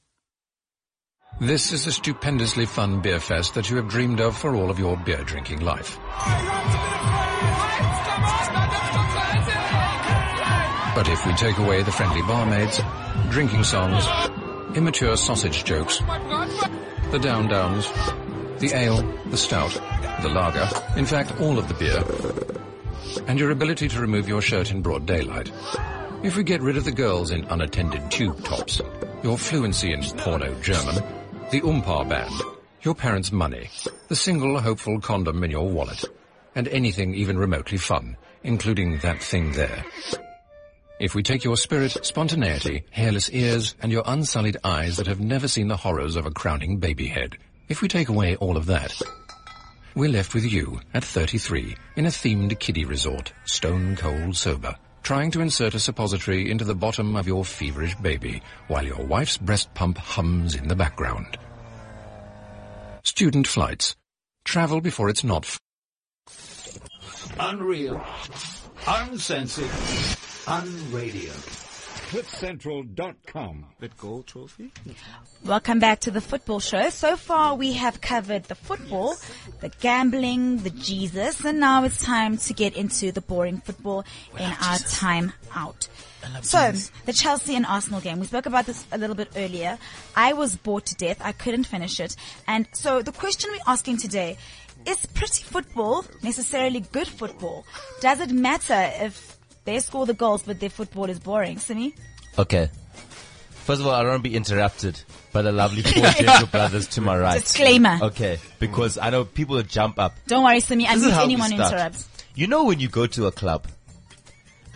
K: This is the stupendously fun beer fest that you have dreamed of for all of your beer drinking life. But if we take away the friendly barmaids, drinking songs, immature sausage jokes, the down downs, the ale, the stout, the lager, in fact all of the beer, and your ability to remove your shirt in broad daylight. If we get rid of the girls in unattended tube tops, your fluency in porno German, the Umpar band, your parents' money, the single hopeful condom in your wallet, and anything even remotely fun, including that thing there. If we take your spirit, spontaneity, hairless ears, and your unsullied eyes that have never seen the horrors of a crowning baby head, if we take away all of that, we're left with you at 33 in a themed kiddie resort, stone cold sober, trying to insert a suppository into the bottom of your feverish baby while your wife's breast pump hums in the background. Student flights. Travel before it's not f-
L: Unreal. Uncensored. Unradio.
B: CliffCentral.com.
A: That gold trophy?
D: Welcome back to the football show. So far we have covered the football, the gambling, the Jesus, and now it's time to get into the boring football in our time out. So, the Chelsea and Arsenal game. We spoke about this a little bit earlier. I was bored to death. I couldn't finish it. And so the question we're asking today is pretty football necessarily good football? Does it matter if they score the goals but their football is boring? Simi?
H: Okay. First of all, I don't want to be interrupted by the lovely four Jeju brothers to my right.
D: Disclaimer.
H: Okay, because I know people will jump up.
D: Don't worry, Simi. I
H: This is
D: mute
H: how we
D: anyone who
H: start.
D: interrupts.
H: You know when you go to a club,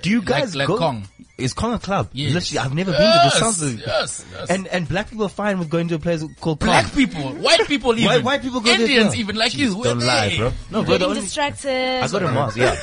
H: do you guys
E: like
H: go?
E: Kong.
H: Is Kong a club?
E: Yes.
H: Literally, I've never
E: Yes,
H: been to the sounds.
E: yes, yes.
H: And and black people are fine with going to a place called Kong.
E: Black people, white people even,
H: Why- white people go there as
E: Indians
H: well?
E: even like you.
H: Don't lie, bro. No, but the
D: Getting
H: only,
D: distracted.
H: I got a mask. Yeah.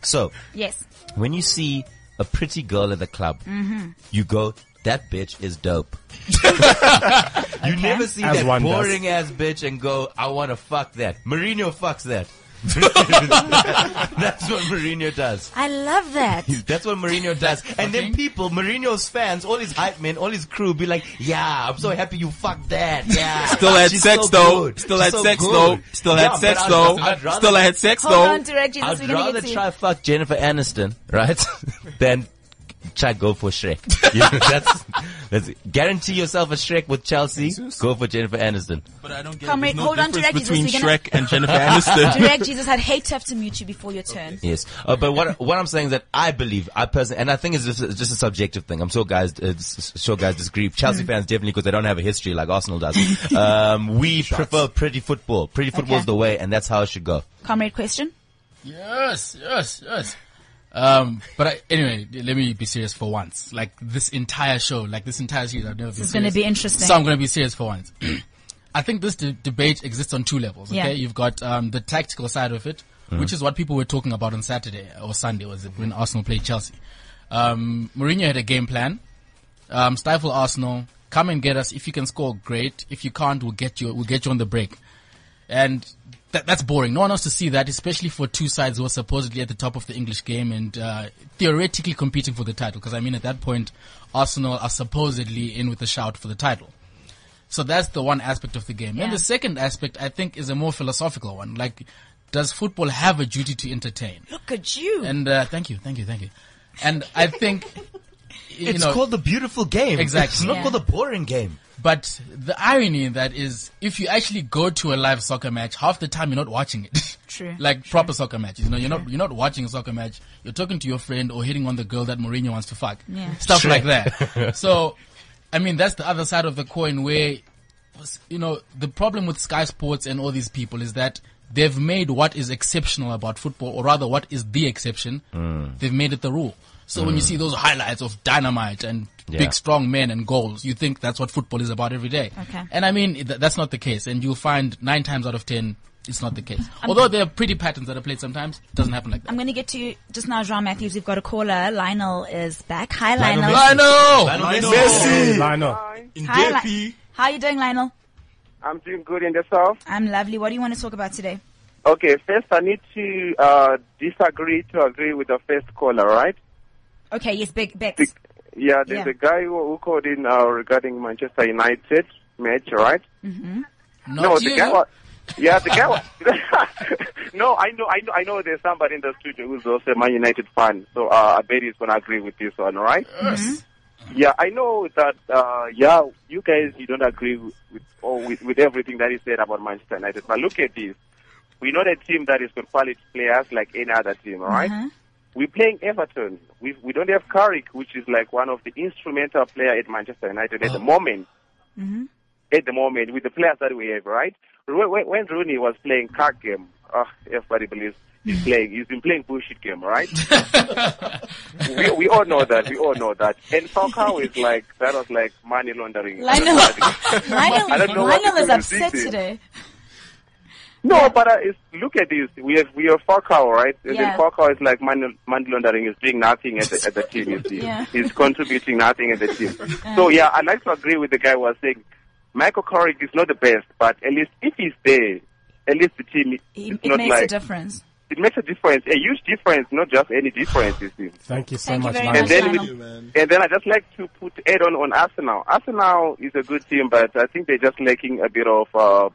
H: so
D: Yes.
H: when you see a pretty girl at the club,
D: Mhm.
H: you go, "That bitch is dope." you never see
G: As
H: that
G: one does.
H: boring ass bitch and go, "I want to fuck that." Mourinho fucks that. That's what Mourinho does.
D: I love that.
H: That's what Mourinho does. And then people, Mourinho's fans, all his hype men, all his crew be like, yeah, I'm so happy you fucked that. Yeah.
F: Still had
H: She's
F: sex
H: so
F: though.
H: good.
F: Still
H: She's
F: had
H: so
F: sex
H: good."
F: though. Still had
H: but
F: sex
H: I'd-
F: though.
H: I'd rather-
F: Still had sex
D: Hold
F: though.
D: on to Reggie. This
H: I'd
D: we're going
H: rather
D: to get to
H: try fuck Jennifer Aniston, right? than try go for Shrek. You know, that's, that's it. guarantee yourself a Shrek with Chelsea. Go for Jennifer Aniston.
F: But I don't get
D: Comrade,
F: it. There's no
D: hold on to
F: difference between
D: Reggie. this we're gonna-
F: Shrek and Jennifer Aniston.
D: Direct Jesus, I'd hate to have to mute you before your turn.
H: Yes, uh, but what what I'm saying is that I believe I personally, and I think it's just, it's just a subjective thing. I'm sure guys, uh, s- sure guys disagree. Chelsea fans definitely because they don't have a history like Arsenal does. Um, we prefer pretty football. Pretty football's
D: Okay.
H: the way, and that's how it should go.
D: Comrade question?
E: Yes, yes, yes. Um, but I, anyway, d- let me be serious for once. Like this entire show, like this entire series, I've never been.
D: is gonna
E: serious.
D: be interesting.
E: So I'm going to be serious for once. I think this de- debate exists on two levels. Okay,
D: Yeah.
E: you've got um, the tactical side of it, which is what people were talking about on Saturday or Sunday, was it when Arsenal played Chelsea? Um, Mourinho had a game plan. Um, stifle Arsenal. Come and get us. If you can score, great. If you can't, we'll get you. We'll get you on the break. And that, that's boring. No one wants to see that, especially for two sides who are supposedly at the top of the English game and uh, theoretically competing for the title. Because I mean, at that point, Arsenal are supposedly in with a shout for the title. So that's the one aspect of the game.
D: Yeah.
E: And the second aspect, I think, is a more philosophical one. Like, does football have a duty to entertain?
D: Look at you.
E: And uh, thank you, thank you, thank you. And I think you
H: It's
E: know,
H: called the beautiful game.
E: Exactly.
H: It's not
D: Yeah.
H: called the boring game.
E: But the irony in that is, if you actually go to a live soccer match, half the time you're not watching it.
D: True.
E: like proper soccer matches. You know, you're not you're not watching a soccer match. You're talking to your friend or hitting on the girl that Mourinho wants to fuck.
D: Yeah.
E: Stuff like that. so, I mean, that's the other side of the coin where, you know, the problem with Sky Sports and all these people is that. They've made what is exceptional about football, or rather, what is the exception, they've made it the rule. So when you see those highlights of dynamite and
H: Yeah.
E: big strong men and goals. You think that's what football is about every day.
D: Okay.
E: And I mean, th- that's not the case. And you'll find nine times out of ten, it's not the case. Although there are pretty patterns that are played sometimes, it doesn't happen like that.
D: I'm going to get to you just now, John Matthews. We've got a caller. Lionel is back. Hi,
H: Lionel
D: Lionel.
E: I know!
H: Lionel
G: Hey, Lionel.
F: In
D: Hi, Li-
F: Delphi.
D: How you doing, Lionel?
M: I'm doing good in the south.
D: I'm lovely. What do you want to talk about today?
M: Okay, first I need to uh, disagree to agree with the first caller, right?
D: Okay, yes, big Bex.
M: Bec- yeah, there's
D: Yeah.
M: a guy who, who called in uh, regarding Manchester United match, right?
E: Not
M: no,
E: you.
M: the guy was. Yeah, the guy was. no, I know, I know, I know. There's somebody in the studio who's also a Man United fan, so uh, I bet he's gonna agree with this one, right? Yeah, I know that. Uh, yeah, you guys, you don't agree with with- or with, with everything that is said about Manchester United, but look at this. We're not a team that is got quality players like any other team, all right?
D: Uh-huh,
M: We're playing Everton. We we don't have Carrick, which is like one of the instrumental player at Manchester United at the moment
D: mm-hmm.
M: at the moment with the players that we have, right? When, when- when Rooney was playing card game, uh, everybody believes he's playing. He's been playing bullshit game, right? we, we all know that. We all know that. And Falcao is like that was like money laundering.
D: Lionel, Lionel,
M: I don't know what
D: Lionel is
M: to do with
D: upset
M: this.
D: today.
M: No, but uh, it's, look at this. We have we have Falcao, right? And
D: Yeah.
M: then Falcao is like money, money laundering. He's doing nothing at the, at the team. You see,
D: Yeah.
M: he's contributing nothing at the team. So yeah, I'd like to agree with the guy who was saying Michael Carrick is not the best, but at least if he's there, at least the team is
D: It,
M: it's
D: it
M: not
D: makes a
M: like
D: difference.
M: it makes a difference, a huge difference, not just any difference. You see.
G: Thank you so
D: Thank you
G: much,
D: very
G: Lionel.
M: And then,
D: Lionel.
M: with, and then I just like to put add on on Arsenal. Arsenal is a good team, but I think they're just lacking a bit of uh,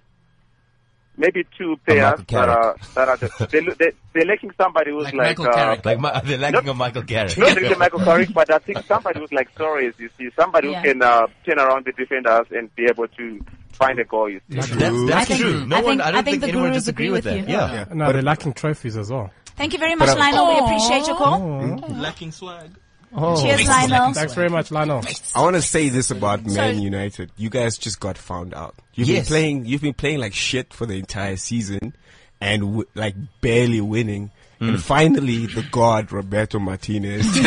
M: maybe two players
H: Oh, Michael
M: that are
H: Carrick.
M: that are the, they, they, they're lacking somebody who's
E: Like
M: like,
E: Michael
M: uh,
E: Carrick.
H: Like my, they're lacking a Michael Garrett.
M: not really Michael Carrick, but I think somebody who's like Torres. You see, somebody
D: Yeah.
M: who can uh, turn around the defenders and be able to find a goal. You see.
H: That's, that's
D: I think-
H: true. No
D: I
H: one.
D: think-
H: I don't
D: I think
H: think,
D: the
H: anyone
D: gurus
H: disagree
D: agree
H: with
D: with
H: that.
D: you.
H: Yeah.
G: No, they're lacking trophies as well. Mm-hmm.
D: Thank you very much, Lionel. We appreciate your call.
F: Lacking swag.
G: Hmm? Oh.
D: Cheers, Lionel.
G: Thanks very much, Lionel.
A: I want to say this about Man
D: Sorry.
A: United. You guys just got found out. You've
G: Yes.
A: been playing. You've been playing like shit for the entire season, and w- like barely winning.
N: Mm.
A: And finally, the god Roberto Martinez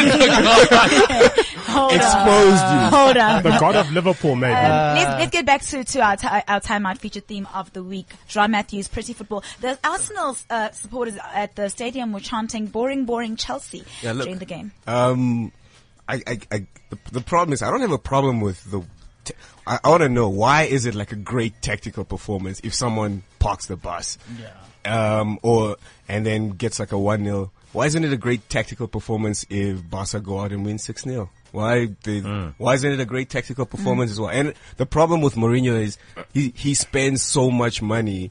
D: Hold
A: exposed
D: up.
A: you.
D: Hold up.
G: The god of Liverpool, maybe.
D: Oh,
G: Uh,
D: Um, let's, let's get back to, to our, ti our time out featured theme of the week. John Matthews, pretty football. The Arsenal uh, supporters at the stadium were chanting boring, boring Chelsea
A: Yeah, look.
D: during the game.
A: Um, I, I, I the, the problem is I don't have a problem with the. T- I, I want to know why is it like a great tactical performance if someone parks the bus, yeah, um, or and then gets like a one 0 Why isn't it a great tactical performance if Barca go out and win six 0 Why they, Why isn't it a great tactical performance as well? And the problem with Mourinho is he he spends so much money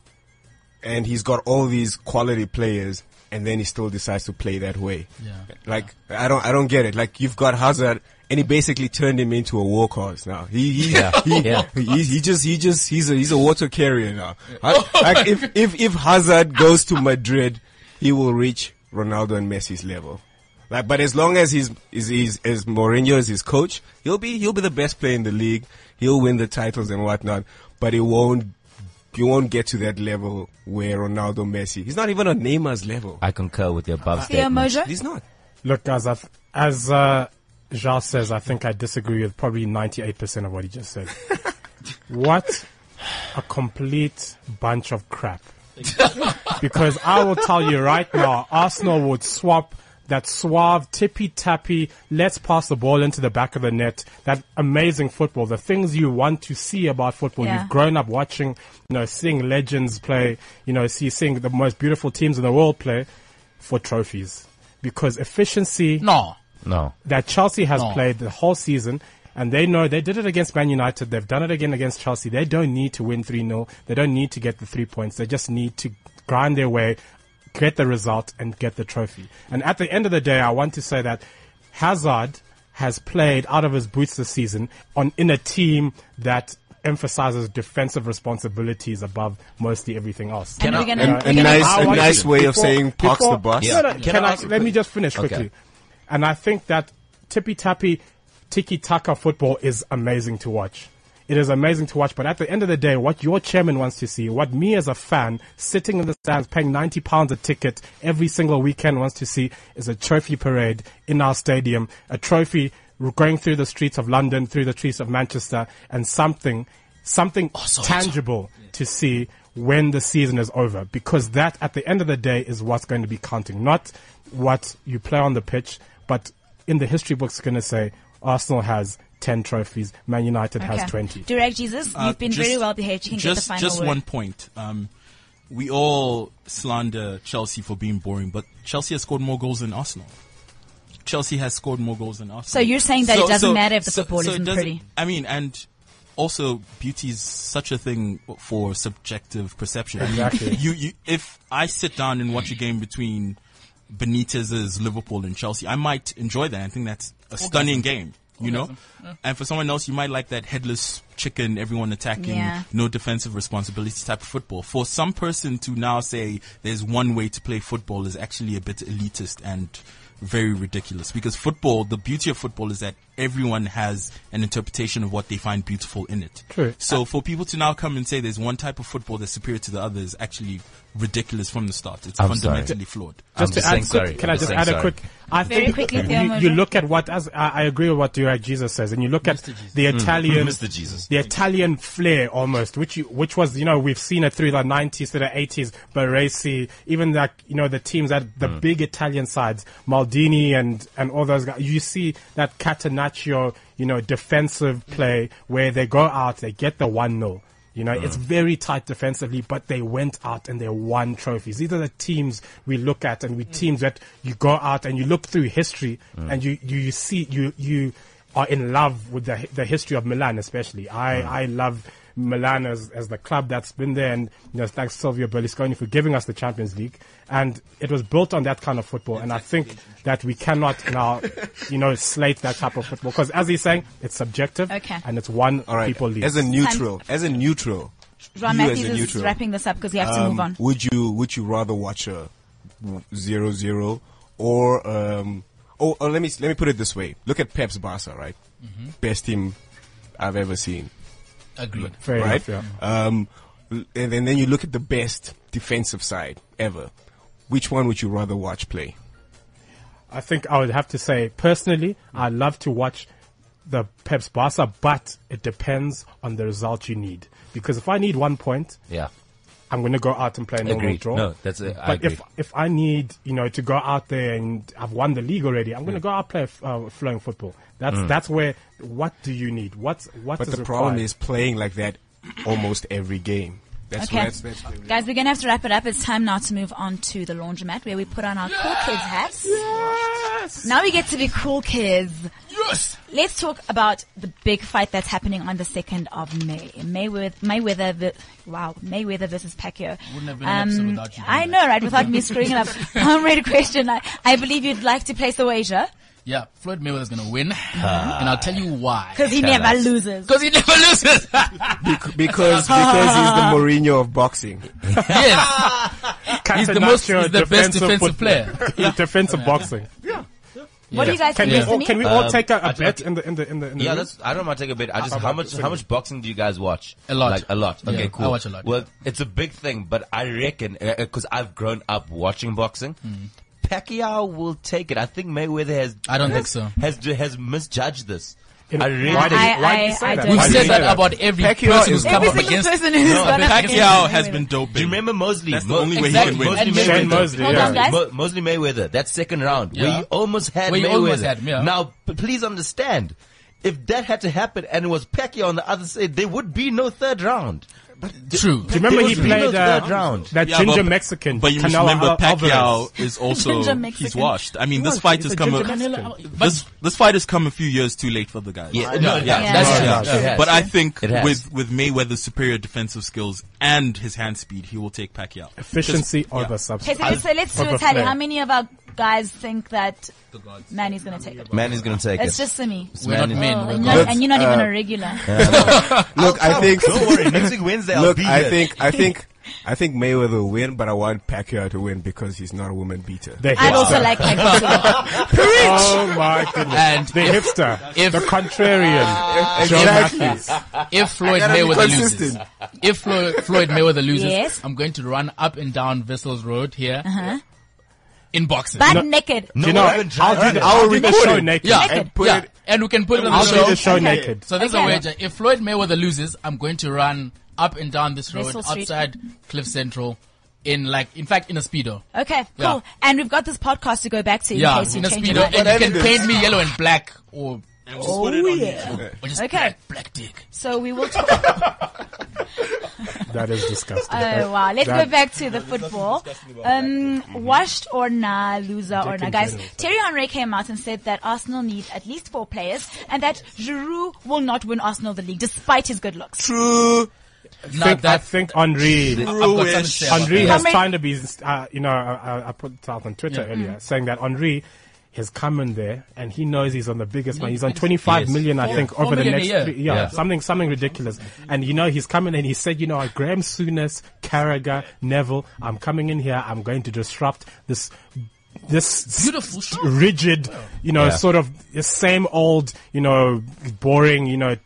A: and he's got all these quality players, and then he still decides to play that way.
E: Yeah.
A: Like I don't, I don't get it. Like you've got Hazard, and he basically turned him into a war horse now. He, he,
N: Yeah.
A: he,
N: Yeah.
A: he, he just, he just, he's a, he's a water carrier now.
H: Oh
A: I- like if, if, if Hazard goes to Madrid, he will reach Ronaldo and Messi's level. Like, but as long as he's, is, is, as Mourinho is his coach, he'll be, he'll be the best player in the league. He'll win the titles and whatnot, but he won't, he won't get to that level where Ronaldo, Messi, he's not even on Neymar's level.
H: I concur with your above
D: Theo
H: statement.
D: Moja?
A: He's not.
G: Look, guys, I've, as uh, Jacques says, I think I disagree with probably 98% of what he just said. what a complete bunch of crap. because I will tell you right now, Arsenal would swap that suave, tippy tappy, let's pass the ball into the back of the net, that amazing football, the things you want to see about football.
N: Yeah.
G: You've grown up watching, you know, seeing legends play, you know, see, seeing the most beautiful teams in the world play for trophies. Because efficiency.
E: No.
H: No.
G: That Chelsea has
E: No.
G: played the whole season. And they know they did it against Man United. They've done it again against Chelsea. They don't need to win 3 0. They don't need to get the three points. They just need to grind their way, get the result, and get the trophy. And at the end of the day, I want to say that Hazard has played out of his boots this season on in a team that emphasizes defensive responsibilities above mostly everything else.
A: Can And I- we're gonna- and- we're and gonna- nice-
G: I
A: a
G: want-
A: nice way of saying parks the bus.
G: No, no,
A: Yeah.
G: can
A: Can I
G: I-
A: ask a
G: let me
A: quick-
G: just finish
A: Okay.
G: quickly. And I think that tippy tappy, tiki taka football is amazing to watch. It is amazing to watch, but at the end of the day, what your chairman wants to see, what me as a fan sitting in the stands paying 90 pounds a ticket every single weekend wants to see is a trophy parade in our stadium, a trophy going through the streets of London, through the streets of Manchester, and something, something tangible to see when the season is over because that at the end of the day is what's going to be counting not what you play on the pitch but in the history books going to say arsenal has 10 trophies man united has 20
D: Direct Jesus,
F: Uh,
D: you've been
F: just-
D: very well behaved. You can
F: just,
D: get the final
F: just
D: word.
F: one point. Um, we all slander Chelsea for being boring, but Chelsea has scored more goals than Arsenal. Chelsea has scored more goals than Arsenal.
D: So you're saying that it doesn't matter if the football
F: it
D: isn't
F: doesn't-
D: pretty?
F: I mean, and also beauty is such a thing for subjective perception. I mean,
G: Exactly.
F: you, you, if I sit down and watch a game between Benitez's Liverpool and Chelsea, I might enjoy that. I think that's a
N: Orgasm.
F: stunning game. You know,
N: Orgasm. Yeah.
F: and for someone else, you might like that headless chicken, everyone attacking,
N: Yeah.
F: no defensive responsibility type of football. For some person to now say there's one way to play football is actually a bit elitist and very ridiculous because football, the beauty of football is that everyone has an interpretation of what they find beautiful in it.
G: True.
F: So for people to now come and say there's one type of football that's superior to the other is actually ridiculous from the start. It's
H: I'm
F: fundamentally
H: sorry.
F: flawed.
G: just to add quick, can I just add a quick? I
D: Very
G: think
D: quickly,
G: you-
D: Theo
G: you,
D: Mojo.
G: look at what as I, I agree with what Direct Jesus says, and you look at the
H: Mm.
G: Italian,
H: Mr. Jesus.
G: the Italian flair almost, which you, which was you know we've seen it through the nineties to the eighties, Baresi, even that you know the teams that the big Italian sides, Maldini and and all those guys. You see that Catanaccio, you know, defensive play where they go out, they get the one 0 you know, it's very tight defensively, but they went out and they won trophies. These are the teams we look at and we teams that you go out and you look through history
A: Mm.
G: and you, you, you see, you, you are in love with the, hi- the history of Milan, especially. I,
A: Mm.
G: I love Milan as, as the club that's been there and, you know, thanks Silvio Berlusconi for giving us the Champions League. And it was built on that kind of football. And I think that we cannot now, you know, slate that type of football. Cause as he's saying, it's subjective
D: Okay.
G: and it's one people league.
A: As a neutral, as a neutral,
D: John
A: you as
D: Matthews
A: a
D: is
A: neutral,
D: wrapping this up because we have to
A: um,
D: move on.
A: Would you would you rather watch a zero zero or um, Oh, oh, let me let me put it this way. Look at Pep's Barca, right? Best team I've ever seen.
E: Agreed.
G: Fair
A: right?
G: enough, yeah.
A: Um, and then, then you look at the best defensive side ever. Which one would you rather watch play?
G: I think I would have to say personally,
H: Hmm.
G: I love to watch the Pep's Barca, but it depends on the result you need. Because if I need one point,
H: Yeah.
G: I'm going to go out and play a normal
H: Agreed.
G: draw.
H: No, that's it.
G: But
H: I
G: if if I need you know to go out there and I've won the league already, I'm going to
H: Hmm.
G: go out and play f- uh, flowing football. That's
A: Mm.
G: that's where what do you need? What's what
A: But
G: is
A: the problem
G: required?
A: is playing like that almost every game. That's
D: Okay.
A: why that's, that's the-
D: Guys, we're going to have to wrap it up. It's time now to move on to the laundromat where we put on our cool kids hats. Yes! Now we get to be cool kids.
E: Yes!
D: Let's talk about the big fight that's happening on the 2nd of May. Mayweather, Mayweather, v- wow, Mayweather versus Pacquiao. Um,
E: Wouldn't have been an episode without you doing
D: I
E: that.
D: know, right? Without me screwing it up. Comrade question, I, I believe you'd like to place a wager
E: Yeah, Floyd Mayweather's gonna win, and I'll tell you why.
D: because he never loses.
E: Because he never loses.
A: Bec- because because he's the Mourinho of boxing.
E: yes. he's the most,
G: Catenaccio
E: he's the best
G: defensive
E: defensive player.
G: football. defensive boxing.
D: What do you guys
G: Can
D: think,
G: we
D: Mr.
G: all,
D: Me?
G: can we all
H: Um,
G: take a, a
H: I just
G: bet in the in the in the, in the
H: Yeah,
G: room?
H: that's, I don't mind taking a bit. I just
G: How
H: how
G: about
H: much
G: the
H: how much boxing do you guys watch?
E: A lot.
H: like a lot. Okay,
E: Yeah,
H: cool.
E: I watch a lot,
H: Well, it's a big thing, but I reckon because I've grown up watching boxing. Pacquiao will take it. I think Mayweather has.
E: Hmm. I don't think
H: has-
E: so.
H: Has has misjudged this.
G: In-
H: I really
G: Why do you-
D: I- why do you I- say I that? don't
E: We've
H: Why do you
E: said
H: say
E: that
H: that?
E: about every
A: Pacquiao
E: person who's
A: is-
E: come
D: Every
E: up
D: single
E: against.
D: person who's
H: No,
D: gone
H: but
D: up
F: Pacquiao
D: against
F: has
D: Mayweather.
F: been doping.
H: Do you remember Mosley?
F: That's the only way he
E: Exactly.
F: can win.
E: And
H: Mosley
G: Shane
H: Mayweather.
G: Mosley,
D: Hold
G: yeah.
D: on, guys.
H: Mo- Mosley Mayweather, that second round where
E: Yeah.
H: he almost had
E: Where he
H: Mayweather.
E: almost had him, yeah.
H: Now, p- please understand, if that had to happen and it was Pacquiao on the other side, there would be no third round.
E: True.
G: Do you remember
H: There
G: he
H: would be no
G: played uh,
H: third round.
G: that
F: Yeah,
G: ginger
F: but-
G: Mexican?
F: But you must
G: Canelo
F: remember
G: Al- Alvarez.
F: Pacquiao is also
D: Ginger
F: he's
D: Mexican.
F: washed. I mean,
G: He
F: this
G: was.
F: fight
G: He's
F: has
G: a
F: come.
G: ginger
F: A,
G: Mexican.
F: this this fight has come a few years too late for the guy.
H: Yeah, no, it has.
D: Yeah.
H: That's
D: Yeah.
H: true. It has.
F: But I think
H: It has.
F: with with Mayweather's superior defensive skills and his hand speed, he will take Pacquiao.
G: efficiency
F: Yeah.
G: over
D: Okay,
G: substance.
D: so let's, so let's do a
G: Proper
D: tally.
G: player.
D: How many of our guys think that Manny's going to take it?
H: Man is going to take
D: It's
H: it.
D: just Simi.
E: We're not
H: Man is-
E: men.
D: Oh,
E: we're Uh,
D: and
E: gods.
D: you're- and you're not even a regular.
A: Uh, Look, I think
H: Don't worry, next week Wednesday I'll
A: Look,
H: be
A: I
H: here.
A: think I think I think Mayweather will win, but I want Pacquiao to win because he's not a woman beater.
G: The
D: I'd also
G: hipster.
D: like Pacquiao.
G: Oh my goodness.
E: And
G: The
E: if,
G: hipster.
E: if-
G: the contrarian.
A: exactly.
E: if Floyd
A: gotta be
E: Mayweather loses,
A: consistent.
E: if Floyd, Floyd Mayweather loses,
D: Yes.
E: I'm going to run up and down Vessels Road here
D: Uh-huh.
E: in boxing.
D: Butt naked.
H: no,
G: you know,
H: I'll,
G: I'll do the, I'll do the show naked.
E: yeah,
D: Naked.
E: and, yeah, and we can put it on
G: I'll
E: the
G: do
E: show.
G: the show
D: Okay.
G: naked.
E: So there's
D: Okay.
E: a wager. If Floyd Mayweather loses, I'm going to run up and down this road
D: Russell Street.
E: outside Cliff Central in like, in fact, in a speedo.
D: Okay, cool.
E: Yeah.
D: And we've got this podcast to go back to in
E: Yeah,
D: case you
E: in a
D: change your
E: speedo,
D: mind.
E: and you can paint me yellow and black, or,
D: Oh yeah.
E: or just
D: Okay.
E: black, black dick.
D: So we will talk.
G: That is disgusting.
D: Oh wow. Let's
G: That-
D: go back to the football. Um, washed or nah, loser or nah, guys. Terry Henry came out and said that Arsenal needs at least four players, and that Giroud will not win Arsenal the league despite his good looks.
F: True.
E: Now
G: think, I
E: that,
G: think Henri,
E: I've got something to say about
G: Henri
E: that.
G: has
D: Henri-
G: trying to be, uh, you know, I, I- I put it out on Twitter
E: Yeah.
G: earlier saying that Henri has come in there and he knows he's on the biggest one. He's on 25
H: Yes.
G: million, I
E: Four-
G: think,
E: four
G: over the
E: million a
G: next,
E: year.
G: three, yeah,
H: Yeah.
G: something, something ridiculous. And you know, he's coming and he said, you know, what, Graham Souness, Carragher, Neville, I'm coming in here. I'm going to disrupt this, this
E: Beautiful
G: st-
E: shot.
G: rigid, you know,
H: Yeah.
G: sort of the same old, you know, boring, you know,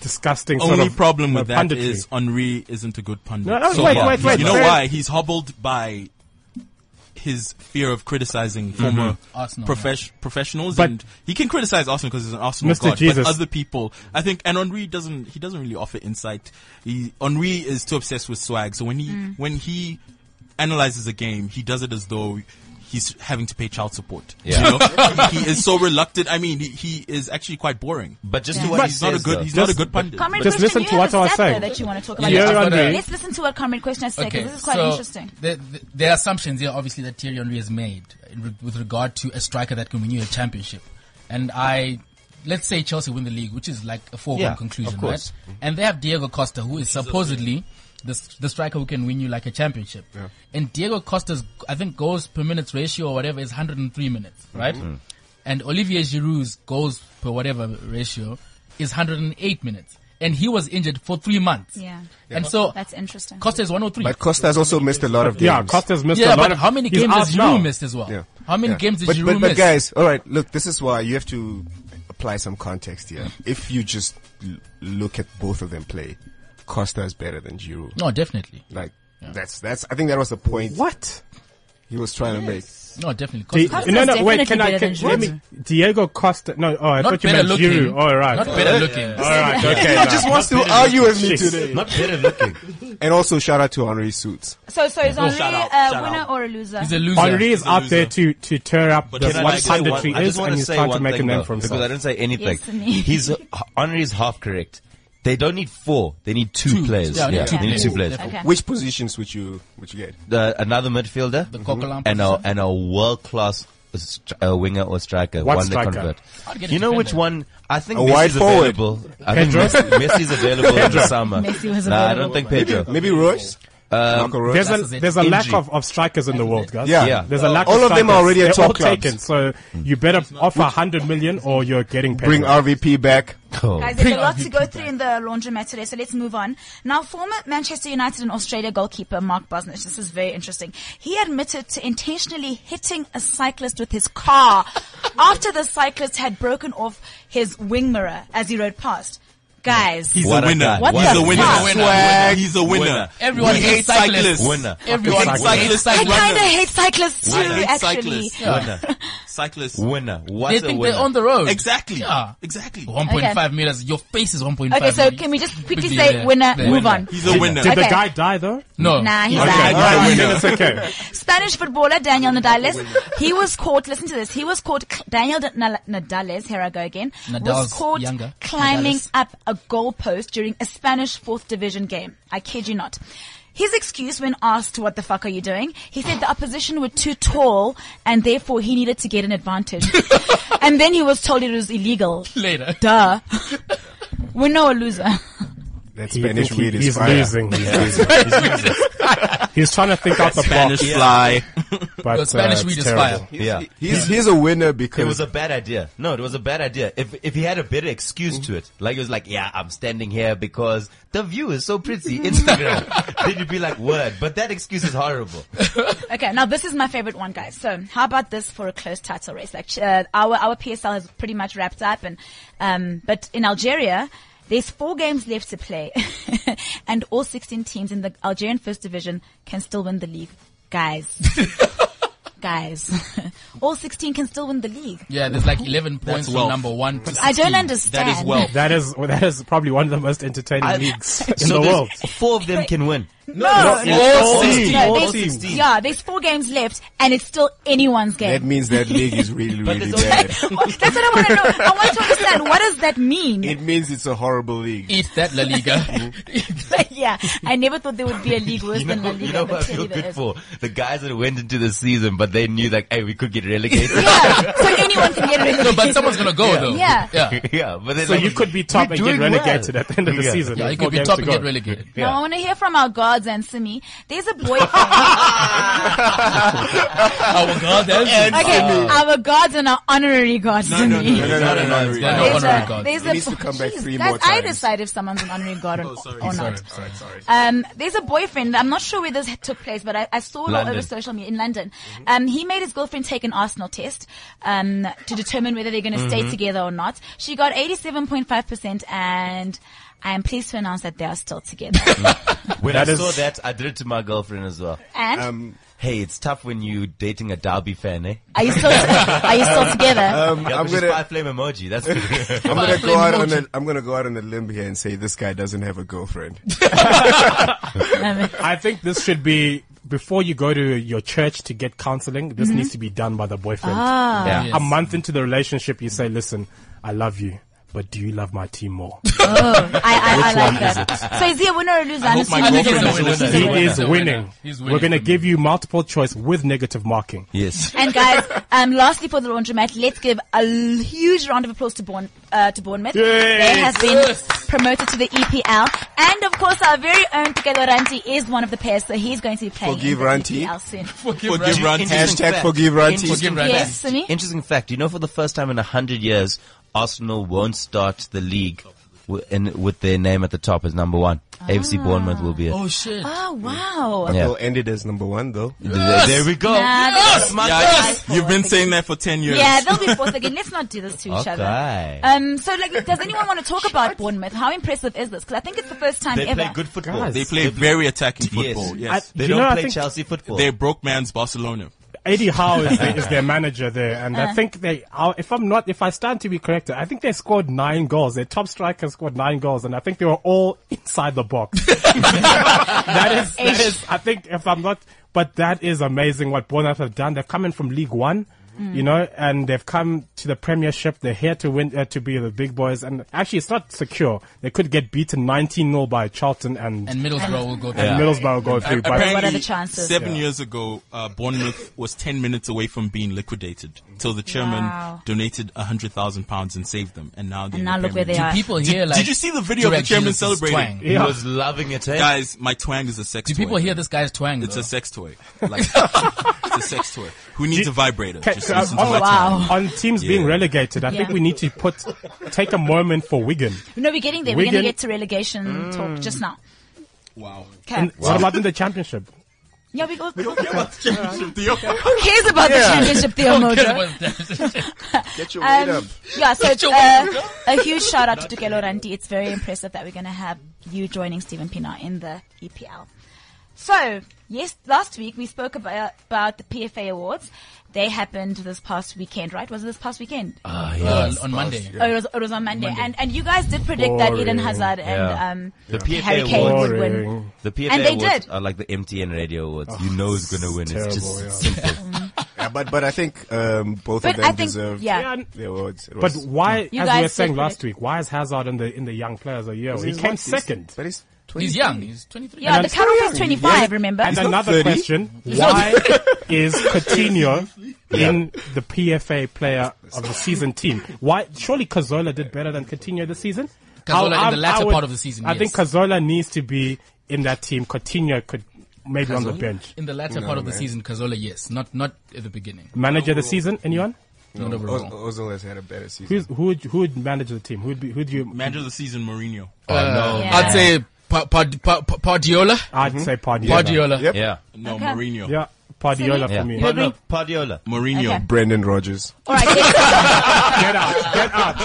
G: disgusting sort
F: Only
G: of,
F: problem
G: you know,
F: with that
G: punditry.
F: is Henri isn't a good pundit.
G: No, no, wait,
F: far.
G: wait, wait,
F: You know
G: wait.
F: why? He's hobbled by his fear of criticizing former
E: Arsenal,
F: profesh- professionals,
G: Mm-hmm. But-
F: and he can criticize Arsenal because he's an Arsenal
G: Mr.
F: god.
G: Jesus.
F: But other people, I think, and Henri doesn't. He doesn't really offer insight. He, Henri is too obsessed with swag. So when he when he analyzes a game, he does it as though. He's having to pay child support.
H: Yeah.
F: You know? he, he is so reluctant. I mean, he, he is actually quite boring.
H: But just
D: Yeah.
H: to what
F: He's not a good. He's not a good pundit.
D: Comrade
G: Just listen
D: Christian, you
G: to
D: have
G: what
D: a
G: I was
D: stat, though,
G: saying.
D: that you want to talk about.
G: Yeah,
D: Let's-
G: Andre.
D: Let's listen to what Comrade Question has to say, 'cause this is quite
E: so
D: interesting.
E: The, the, there are assumptions here, obviously, that Thierry Henry has made in re- with regard to a striker that can win you a championship. And I, let's say Chelsea win the league, which is like a foregone
H: Yeah,
E: conclusion,
H: of course. Mm-hmm.
E: right? And they have Diego Costa, who is supposedly the, s- the striker who can win you like a championship. And Diego Costa's, I think, goals per minutes ratio or whatever is 103 minutes,
H: Mm-hmm.
E: right? And Olivier Giroud's goals per whatever ratio is 108 minutes. And he was injured for three months.
D: Yeah.
E: And so
D: That's interesting.
E: Costa is 103.
A: But Costa's also missed a lot of games.
G: Yeah, Costa's missed
E: Yeah,
G: a lot
E: but
G: of,
E: how many
G: he's
E: games
G: out
E: has
G: now.
E: Giroud missed as well?
A: Yeah.
E: How many games did
A: but,
E: you
A: but,
E: miss?
A: But guys, all right, look, this is why you have to apply some context here. If you just l- look at both of them play, Costa is better than Giroud.
E: No, definitely.
A: Like that's that's. I think that was the point. What he was trying to make.
E: No, definitely.
G: Di-
E: Costa's
G: no, no,
E: definitely
G: wait, can I,
E: better
G: can,
E: than
G: let
E: Giroud.
G: me, Diego Costa, no, oh, I
E: Not
G: thought you
E: better
G: meant
E: looking.
G: Giroud, alright.
E: Not better looking.
G: Alright,
E: Yeah.
G: okay.
E: He
G: now.
E: just wants
A: to argue with me today.
H: Not better looking.
A: And also shout out to Henri Suits.
D: So, so is
A: Oh,
D: Henri
A: shout out,
D: a
A: shout
D: winner
A: out.
D: or a loser?
G: Henri is out there to, to tear up
H: But
G: the
H: can I
G: what
H: just say one-
G: punditry
H: I
G: is
H: just want
G: and
H: to
G: he's
H: say
G: trying to
H: one
G: make a
H: thing,
G: name
H: though,
G: for
H: Because I
G: himself.
H: didn't say anything.
D: Yes, me.
H: He's Henry is half correct. They don't need four. They need two, players. Yeah, they need two players.
A: Which positions would you would you get?
H: Uh, another midfielder Mm-hmm.
A: Coquelin
H: and a and a world class uh, winger or striker.
A: What
H: one
A: striker?
H: that convert.
A: I'd
H: You
A: get a
H: know which
A: defender.
H: one? I think
A: A wide
H: Messi's
A: forward.
H: available. I think
A: Pedro?
H: Messi, Messi's available in
A: Pedro.
H: the summer.
A: Messi was
H: Nah, I
A: available.
H: don't think Pedro.
A: Maybe Royce.
H: Um,
G: There's a, there's a lack of, of strikers in the world, guys.
A: Yeah. Yeah.
G: There's a lack
A: All
G: of
A: of them are
G: strikers.
A: already at
G: They're
A: top
G: all
A: clubs.
G: taken, so you better offer 100 million or you're getting paid.
A: Bring RVP back.
D: Guys, there's a lot to go through in the laundromat today, so let's move on. Now, former Manchester United and Australia goalkeeper Mark Bosnich, this is very interesting. He admitted to intentionally hitting a cyclist with his car after the cyclist had broken off his wing mirror as he rode past. Guys.
F: He's a winner.
D: What
F: He's
D: the
F: a winner.
D: fuck?
F: Swag. He's a winner.
E: Everyone
F: We
E: hates
F: hate
E: cyclists.
F: Winner.
E: Everyone
F: Hate
E: hates
F: cyclists.
D: I
F: and
D: kind of
F: runners.
D: hate cyclists too,
F: I hate
D: actually.
F: cyclists.
E: Yeah.
F: Winner. Cyclists.
H: Winner. What
E: they think they're on the road.
F: Exactly.
E: Yeah.
F: Exactly.
E: 1.5 meters. Your face is 1.5
D: Okay, so
E: meters.
D: can we just quickly
E: Quickly,
D: say
F: uh,
E: yeah.
D: winner,
E: Yeah.
D: move on.
E: He's a winner.
G: Did the
D: Okay.
G: guy die though?
E: No.
D: Nah, he's
G: okay.
D: out.
G: all right, then it's okay.
D: Spanish footballer Daniel Nadales. He was caught. Listen to this. He was caught. cl- Daniel D- Nal- Nadales. Here I go again. was
E: Nadal's
D: caught
E: younger.
D: climbing
E: Nadales.
D: up a goalpost during a Spanish fourth division game. I kid you not. His excuse when asked, what the fuck are you doing? He said the opposition were too tall and therefore he needed to get an advantage. and then he was told it was illegal.
E: Later.
D: Duh. Winner or loser?
A: That
G: He
A: Spanish
G: think he-
A: read is
G: he's
A: fire.
G: losing. He's
A: Yeah.
G: losing. He's losing. He's trying to think out the
F: Spanish
G: box.
F: fly.
G: But,
F: Your Spanish
G: uh, it's
F: weed is
G: terrible.
F: fire.
H: Yeah.
A: He's he's a winner because
H: It was a bad idea. No, it was a bad idea. If if he had a better excuse to it, like he was like, "Yeah, I'm standing here because the view is so pretty." Instagram. then you'd be like, "Word," but that excuse is horrible.
D: Okay, now this is my favorite one, guys. So, how about this for a close title race? Like, uh, our our PSL has pretty much wrapped up, and um, but in Algeria, there's four games left to play, and all 16 teams in the Algerian First Division can still win the league, guys. guys, all 16 can still win the league.
E: Yeah, there's like 11 points from
G: wealth.
E: number one to
D: I don't
E: 16.
D: understand.
G: That is well, that is probably one of the most entertaining
H: I-
G: leagues
H: so
G: in the
H: there's-
G: world.
H: Four of them can win.
D: No,
G: Not in all teams.
D: no,
G: All
D: there's-
G: teams.
D: yeah, there's four games left, and it's still anyone's game.
A: that means that league is really really bad.
D: That's what I want to know. I want to understand what does that mean.
A: It means it's a horrible league.
E: Eat that La Liga.
D: yeah, I never thought there would be a league worse
H: You
D: than La
H: know,
D: Liga,
H: you know
D: but
H: what I feel
D: clearly there
H: good
D: is.
H: for? The guys that went into the season, but they knew like, hey, we could get relegated.
D: yeah, so anyone can get relegated.
E: no, but someone's gonna go
H: Yeah.
E: though.
D: Yeah.
E: Yeah.
H: yeah, but then
G: So
H: like,
G: you could be top
H: we're
G: and get
H: doing well.
G: relegated at the end of the
H: Yeah.
G: season.
E: Yeah, you
G: Four
E: could be
G: games
E: top
G: to
E: and
G: go.
E: get relegated.
D: Now I want to hear from our gods and Simi. There's a boyfriend.
E: Our God, that's
D: okay, our gods and our honorary gods.
E: No, no, no,
D: Simi.
E: no, no, no, no, no, no, no,
D: There's
E: honorary
D: a-
E: God.
D: There's
A: He
D: a,
A: needs to come back
D: Jeez,
A: three
D: guys,
A: more
D: I
A: times.
D: decide if someone's an honorary god or, or
E: Oh, Sorry,
D: not.
E: sorry, sorry.
D: Um, there's a boyfriend. I'm not sure where this took place, but I, I saw it all
H: London.
D: over social media in London. Um, he made his girlfriend take an Arsenal test um, to determine whether they're going to stay
H: Mhm.
D: together or not. She got 87.5%, and I am pleased to announce that they are still together.
H: When
G: That
H: I
G: is- Um,
H: saw that, I did it to my girlfriend as well.
D: And?
H: hey, it's tough when you dating a Derby fan, eh?
D: are you still Are you still together?
A: Um,
H: yeah,
A: I'm
H: I'm gonna
A: gonna-
H: fire flame emoji. That's
A: I'm gonna go out on a, I'm gonna go out on a limb here and say this guy doesn't have a girlfriend.
G: I think this should be before you go to your church to get counseling. This needs to be done by the boyfriend.
D: Mm-hmm. Ah.
H: Yeah.
G: A month into the relationship, you say, "Listen, I love you, but do you love my team more?"
D: Oh, I, I, I
G: Which
D: like
G: one is
D: that. So is he a winner or a loser? I'm
E: my
D: assuming
E: girlfriend
D: he's a
E: is a winner.
D: winner.
G: He is
E: He's a
G: winning.
E: winner. He's
G: We're going to give you multiple choice with negative marking.
H: Yes.
D: And guys, um, lastly for the laundromat, let's give a l- huge round of applause to, Bourne, uh, to Bournemouth. They have been promoted to the EPL, and of course our very own Pikelo Ranti is one of the players, so he's going to be playing
A: Forgive
D: in the
A: Ranti.
D: EPL soon.
F: Forgive Ranti.
A: Hashtag forgive Ranti. Forgive
H: Ranti.
D: Yes, Simi?
H: Interesting fact. You know, for the first time in a hundred years, Arsenal won't start the league w- and with their name at the top as number one. AFC Bournemouth will be it.
E: Oh shit!
D: Ah. Oh wow!
H: Yeah.
A: They'll end it as number one though.
H: There- There we go.
D: Nah,
F: Yes,
D: they'll be
F: yeah,
D: fourth
F: You've been saying that for 10 years.
D: Yeah, they'll be fourth again. Let's not do this to each
F: Okay.
D: other. Um, so like, does anyone want to talk about Bournemouth? How impressive is this? Because I think it's the first time
F: They
D: ever.
F: play good football. They play very attacking football. Yes.
G: I- They do you don't know, I play think-
H: Chelsea football.
F: They're broke man's Barcelona.
G: Eddie Howe is, their- is their manager there, and
F: Uh.
G: I think they. Are, if I'm not, if I stand to be corrected, I think they scored nine goals. Their top striker scored nine goals, and I think they were all inside the box. that is, that is. I think if I'm not, but that is amazing what Bournemouth have done. They've come in from League One.
N: Mm.
G: You know, and they've come to the Premiership. They're here to win, uh, to be the big boys. And actually, it's not secure. They could get beaten 19-0 by Charlton and
E: And Middlesbrough will go
G: and
E: through.
G: Middlesbrough will go through. but-
F: Apparently,
D: chances?
F: Seven
G: Yeah.
F: years ago, uh, Bournemouth was 10 minutes away from being liquidated. So the chairman
D: Wow.
F: donated 100,000 pounds and saved them. And now they're
D: And now
F: in the
D: look where
F: Premier League.
D: they are. Do people
F: Did-
D: hear, like,
F: Did you see the video of the
E: Durek
F: chairman
E: uses his
F: celebrating?
E: twang? He Yeah. was
H: loving it, eh?
F: Guys, my twang is a sex
E: Do
F: toy.
E: people hear this guy's twang?
F: It's
E: though?
F: a sex toy. Like, it's a sex toy. Who needs a vibrator?
G: Ca-
F: Just
G: ca-
F: listen to
G: on,
F: my twang.
G: on teams being
F: Yeah.
G: relegated, I think
D: Yeah.
G: we need to put take a moment for Wigan.
D: no, we're getting there. We're going to
G: Wigan-
D: get to relegation
F: Mm.
D: talk just now.
F: Wow.
D: Okay.
G: And What about in the championship?
D: Yeah, we go. We
F: don't care about the championship, Theo.
D: Who cares about the
G: Yeah.
D: championship, Theo
E: Don't care
D: Mojo?
E: about that.
D: Get
E: your weight up.
D: Um, Yeah, so
E: Get your
D: uh,
E: weight up.
D: a huge shout out to Dukelo Randi. It's very impressive that we're going to have you joining Stephen Pina in the EPL. So, yes, last week we spoke about, about the PFA Awards. They happened this past weekend, right? Was it this past weekend?
E: Uh, on Monday.
D: Oh, it was, it was on Monday. And and you guys did predict that Eden Hazard and
H: Yeah.
D: um,
H: the PFA
D: Harry Kane
H: awards,
D: would win.
H: The PFA
D: and they
H: awards
D: did.
H: are like the MTN radio awards. you know who's going to win. It's just simple.
A: Yeah, but but I think um, both
D: But
A: of them
D: I think-
A: deserve
D: yeah. Yeah.
A: the awards. It
G: But
A: was-
G: why,
D: You
G: as
D: guys
G: we were saying
D: said
G: last week, why is Hazard in the in the young players of the year?
A: Because
G: He
A: he's
G: came
A: not- he's-
G: second.
A: But he's
E: He's young. He's 23.
D: Yeah, the cutoff is 25, remember?
G: And another question:
E: He's not
G: Why is Coutinho in the PFA Player of the Season team? Why? Surely Kazola did better than Coutinho this season.
E: Cazorla in
G: I-
E: the latter
G: I would-
E: part of the season,
G: I think
E: yes.
G: Kazola needs to be in that team. Coutinho could maybe on the
E: Cazorla?
G: bench.
E: In the latter
G: No,
E: part of the
G: man.
E: season, Cazola, yes. Not not at the beginning.
G: Manager of the season? Anyone?
A: No,
E: Not overall.
A: Oz- Ozil has Mm. had a better season.
G: Who's, who would who would manage the team? Who'd be who'd you
F: Manager of the season, Mourinho.
E: Uh, I'd say pa- pa- pa- pa- Pardiola.
G: I'd say Pardiola.
E: Pardiola.
A: Yep.
H: Yeah.
F: Mm-hmm. No,
D: Okay.
F: Mourinho.
G: Yeah, Pardiola
H: Yeah.
G: for me.
H: No, no, Guardiola.
F: Mourinho.
D: Okay.
A: Brendan Rodgers.
D: All right,
G: Get out! Get out!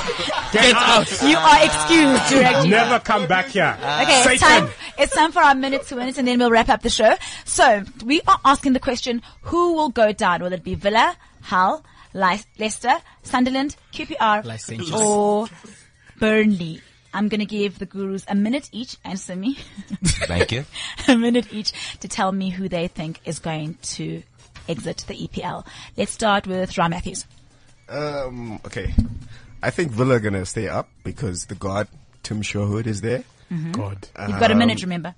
G: Get, out!
D: You are excused, Direct.
G: Never come back here.
D: Okay,
G: Satan.
D: it's time, it's time for our minute to minute and then we'll wrap up the show. So, we are asking the question, who will go down? Will it be Villa, Hull, Leic- Leicester, Sunderland, QPR,
E: Licentious.
D: or Burnley? I'm gonna give the gurus a minute each, and Simi,
H: Thank you.
D: a minute each to tell me who they think is going to exit the EPL. Let's start with Ra Matthews.
A: Um, okay. I think Villa are going to stay up because the god, Tim Sherwood, is there.
G: God.
D: Mm-hmm. You've got a minute,
A: Um,
D: remember?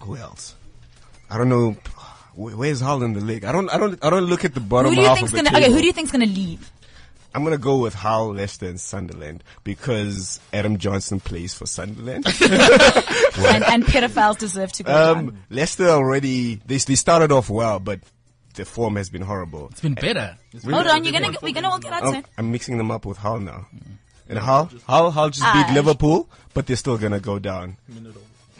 A: Who else? I don't know. Wh- Where's Hull in the league? I don't. I don't. I don't look at the bottom
D: Who do you
A: half
D: think's
A: of the
D: gonna, okay,
A: table.
D: who do you think's gonna leave?
A: I'm gonna go with Hull, Leicester, and Sunderland because Adam Johnson plays for Sunderland.
D: And, and pedophiles deserve to go down.
A: um, Leicester already. They, they started off well, but the form has been horrible.
E: It's been better.
D: Hold on, you're gonna, we're gonna all get out
A: I'm,
D: soon.
A: I'm mixing them up with Hull now. And Hull, Hull, Hull just beat
D: Ah.
A: Liverpool, but they're still gonna go down.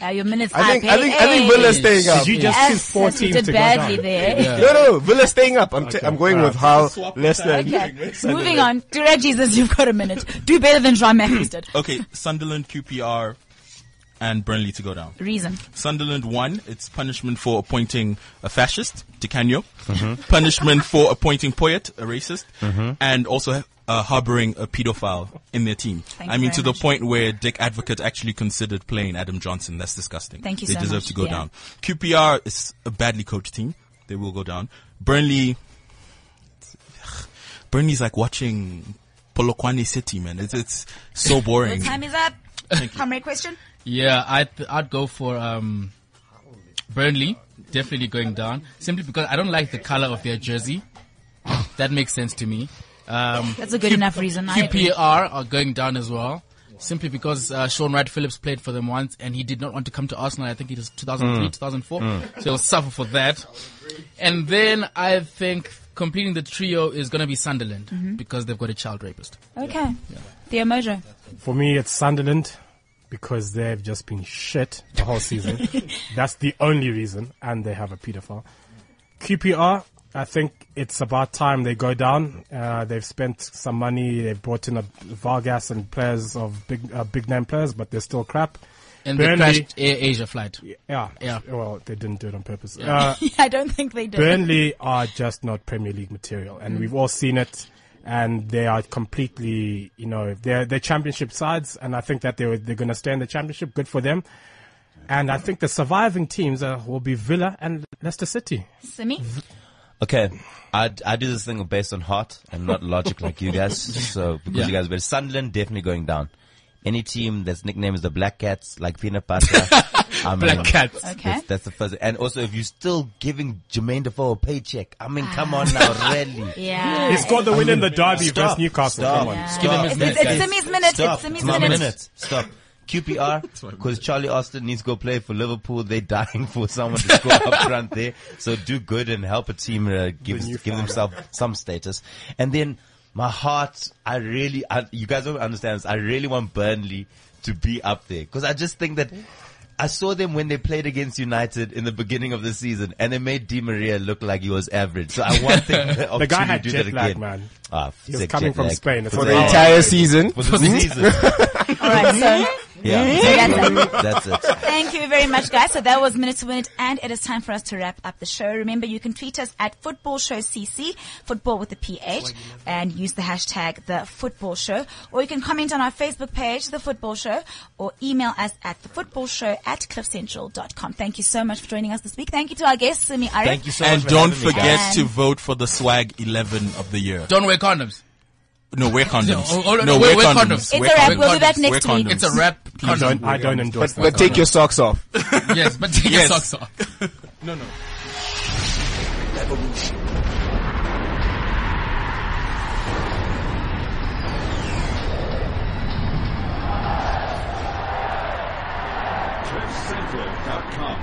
D: Uh, your minutes
A: Oh. I think-
D: up,
A: I
D: hey,
A: think- I think
D: hey.
A: Villa's staying up. Did you
G: just
D: yes,
G: choose four
D: yes, you
G: teams
D: did
G: to go
D: badly
G: down?
D: there.
A: No, no, Villa staying up. I'm, t- I'm going with Hull,
F: Swap it
A: Leicester.
F: out.
D: Okay, moving on. Dura Jesus, you've got a minute. Do better than John Matthews did.
F: Okay, Sunderland, QPR, and Burnley to go down.
D: Reason.
F: Sunderland won. It's punishment for appointing a fascist, Decanio. punishment for appointing Poyet, a racist, and also uh, harboring a pedophile in their team.
D: Thank
F: I
D: you
F: mean,
D: very
F: to the
D: much.
F: point where Dick Advocate actually considered playing Adam Johnson. That's disgusting.
D: Thank you
F: They
D: so
F: deserve
D: much.
F: to go
D: Yeah.
F: down. QPR is a badly coached team. They will go down. Burnley. Burnley's like watching Polokwane City, man. It's, it's so
D: Your
F: boring.
D: time is up. Comrade question.
E: Yeah, I'd, I'd go for um, Burnley. Definitely going down. Simply because I don't like the color of their jersey. That makes sense to me. Um,
D: That's a good enough reason. I agree.
E: QPR are going down as well. Simply because uh, Sean Wright Phillips played for them once and he did not want to come to Arsenal. I think it was 2003,
H: Mm.
E: 2004.
H: Mm.
E: So he'll suffer for that. And then I think completing the trio is going to be Sunderland
D: Mhm.
E: because they've got a child rapist.
D: Okay. Theo Mojo.
G: For me, it's Sunderland, because they've just been shit the whole season. That's the only reason, and they have a pedophile. QPR, I think it's about time they go down. Uh, they've spent some money. They've brought in a Vargas and players of big uh, big name players, but they're still crap.
E: And
G: Burnley-
E: they crashed Air Asia flight.
G: Yeah.
E: Yeah.
G: Well, they didn't do it on purpose.
E: Yeah.
G: Uh,
D: I don't think they did.
G: Burnley are just not Premier League material, and
D: Mm.
G: we've all seen it. And they are completely, you know, they're they're Championship sides, and I think that they were, they're going to stay in the Championship. Good for them. And I think the surviving teams uh, will be Villa and Leicester City.
D: Simi?
H: Okay, I, I do this thing based on heart and not logic like you guys. So because
E: Yeah.
H: you guys, but Sunderland definitely going down. Any team that's nickname is the Black Cats, like peanut butter. I'm
E: Black
H: in.
E: Cats.
H: That's-
E: Okay.
H: That's, the first. And also, if you're still giving Jermaine Defoe a paycheck, I mean, come on now, really.
D: Yeah.
G: He scored the win in the
H: I mean,
G: derby
H: stop,
G: versus Newcastle.
H: Stop,
G: Come on.
H: stop.
G: Give him his It's- minute, it's guys.
D: Simi's minute,
H: Stop.
D: it's Simi's
H: my
D: minute.
H: Stop. QPR, because Charlie Austin needs to go play for Liverpool. They're dying for someone to score up front there. So do good and help a team uh, give, give themselves some status. And then my heart, I really, I, you guys don't understand this. I really want Burnley to be up there because I just think that I saw them when they played against United in the beginning of the season, and they made Di Maria look like he was average. So I want them the,
G: The guy
H: opportunity
G: had
H: to do
G: jet
H: that
G: lag,
H: again.
G: man.
H: Ah,
G: He was
H: sick
G: coming
H: jet
G: from
H: lag.
G: Spain. It's
H: For the
G: all-
H: entire
A: season.
H: For the season. Hmm?
D: All right, so
H: Yeah.
D: So
H: that's it.
D: Thank you very much, guys. So that was Minute to Minute, and it is time for us to wrap up the show. Remember, you can tweet us at Football Show CC, football with a PH, and use the hashtag The Football Show. Or you can comment on our Facebook page, The Football Show, or email us at The Football Show at cliffcentral.com. Thank you so much for joining us this week. Thank you to our guests, Simi Arif.
F: and don't forget
D: And-
F: to vote for the swag 11 of the year.
E: Don't wear condoms.
F: No, wear condoms.
E: No, oh, no, wear- wear condoms. It's
F: Wear
E: a wrap.
F: condoms.
E: We'll be back
F: Wear
E: next week.
F: condoms.
E: It's a wrap.
A: I don't- I don't endorse But- that. but take your socks off.
E: yes, but take
F: Yes.
E: your socks off.
F: No, no.
N: Evolution.
B: CliffCentral.com.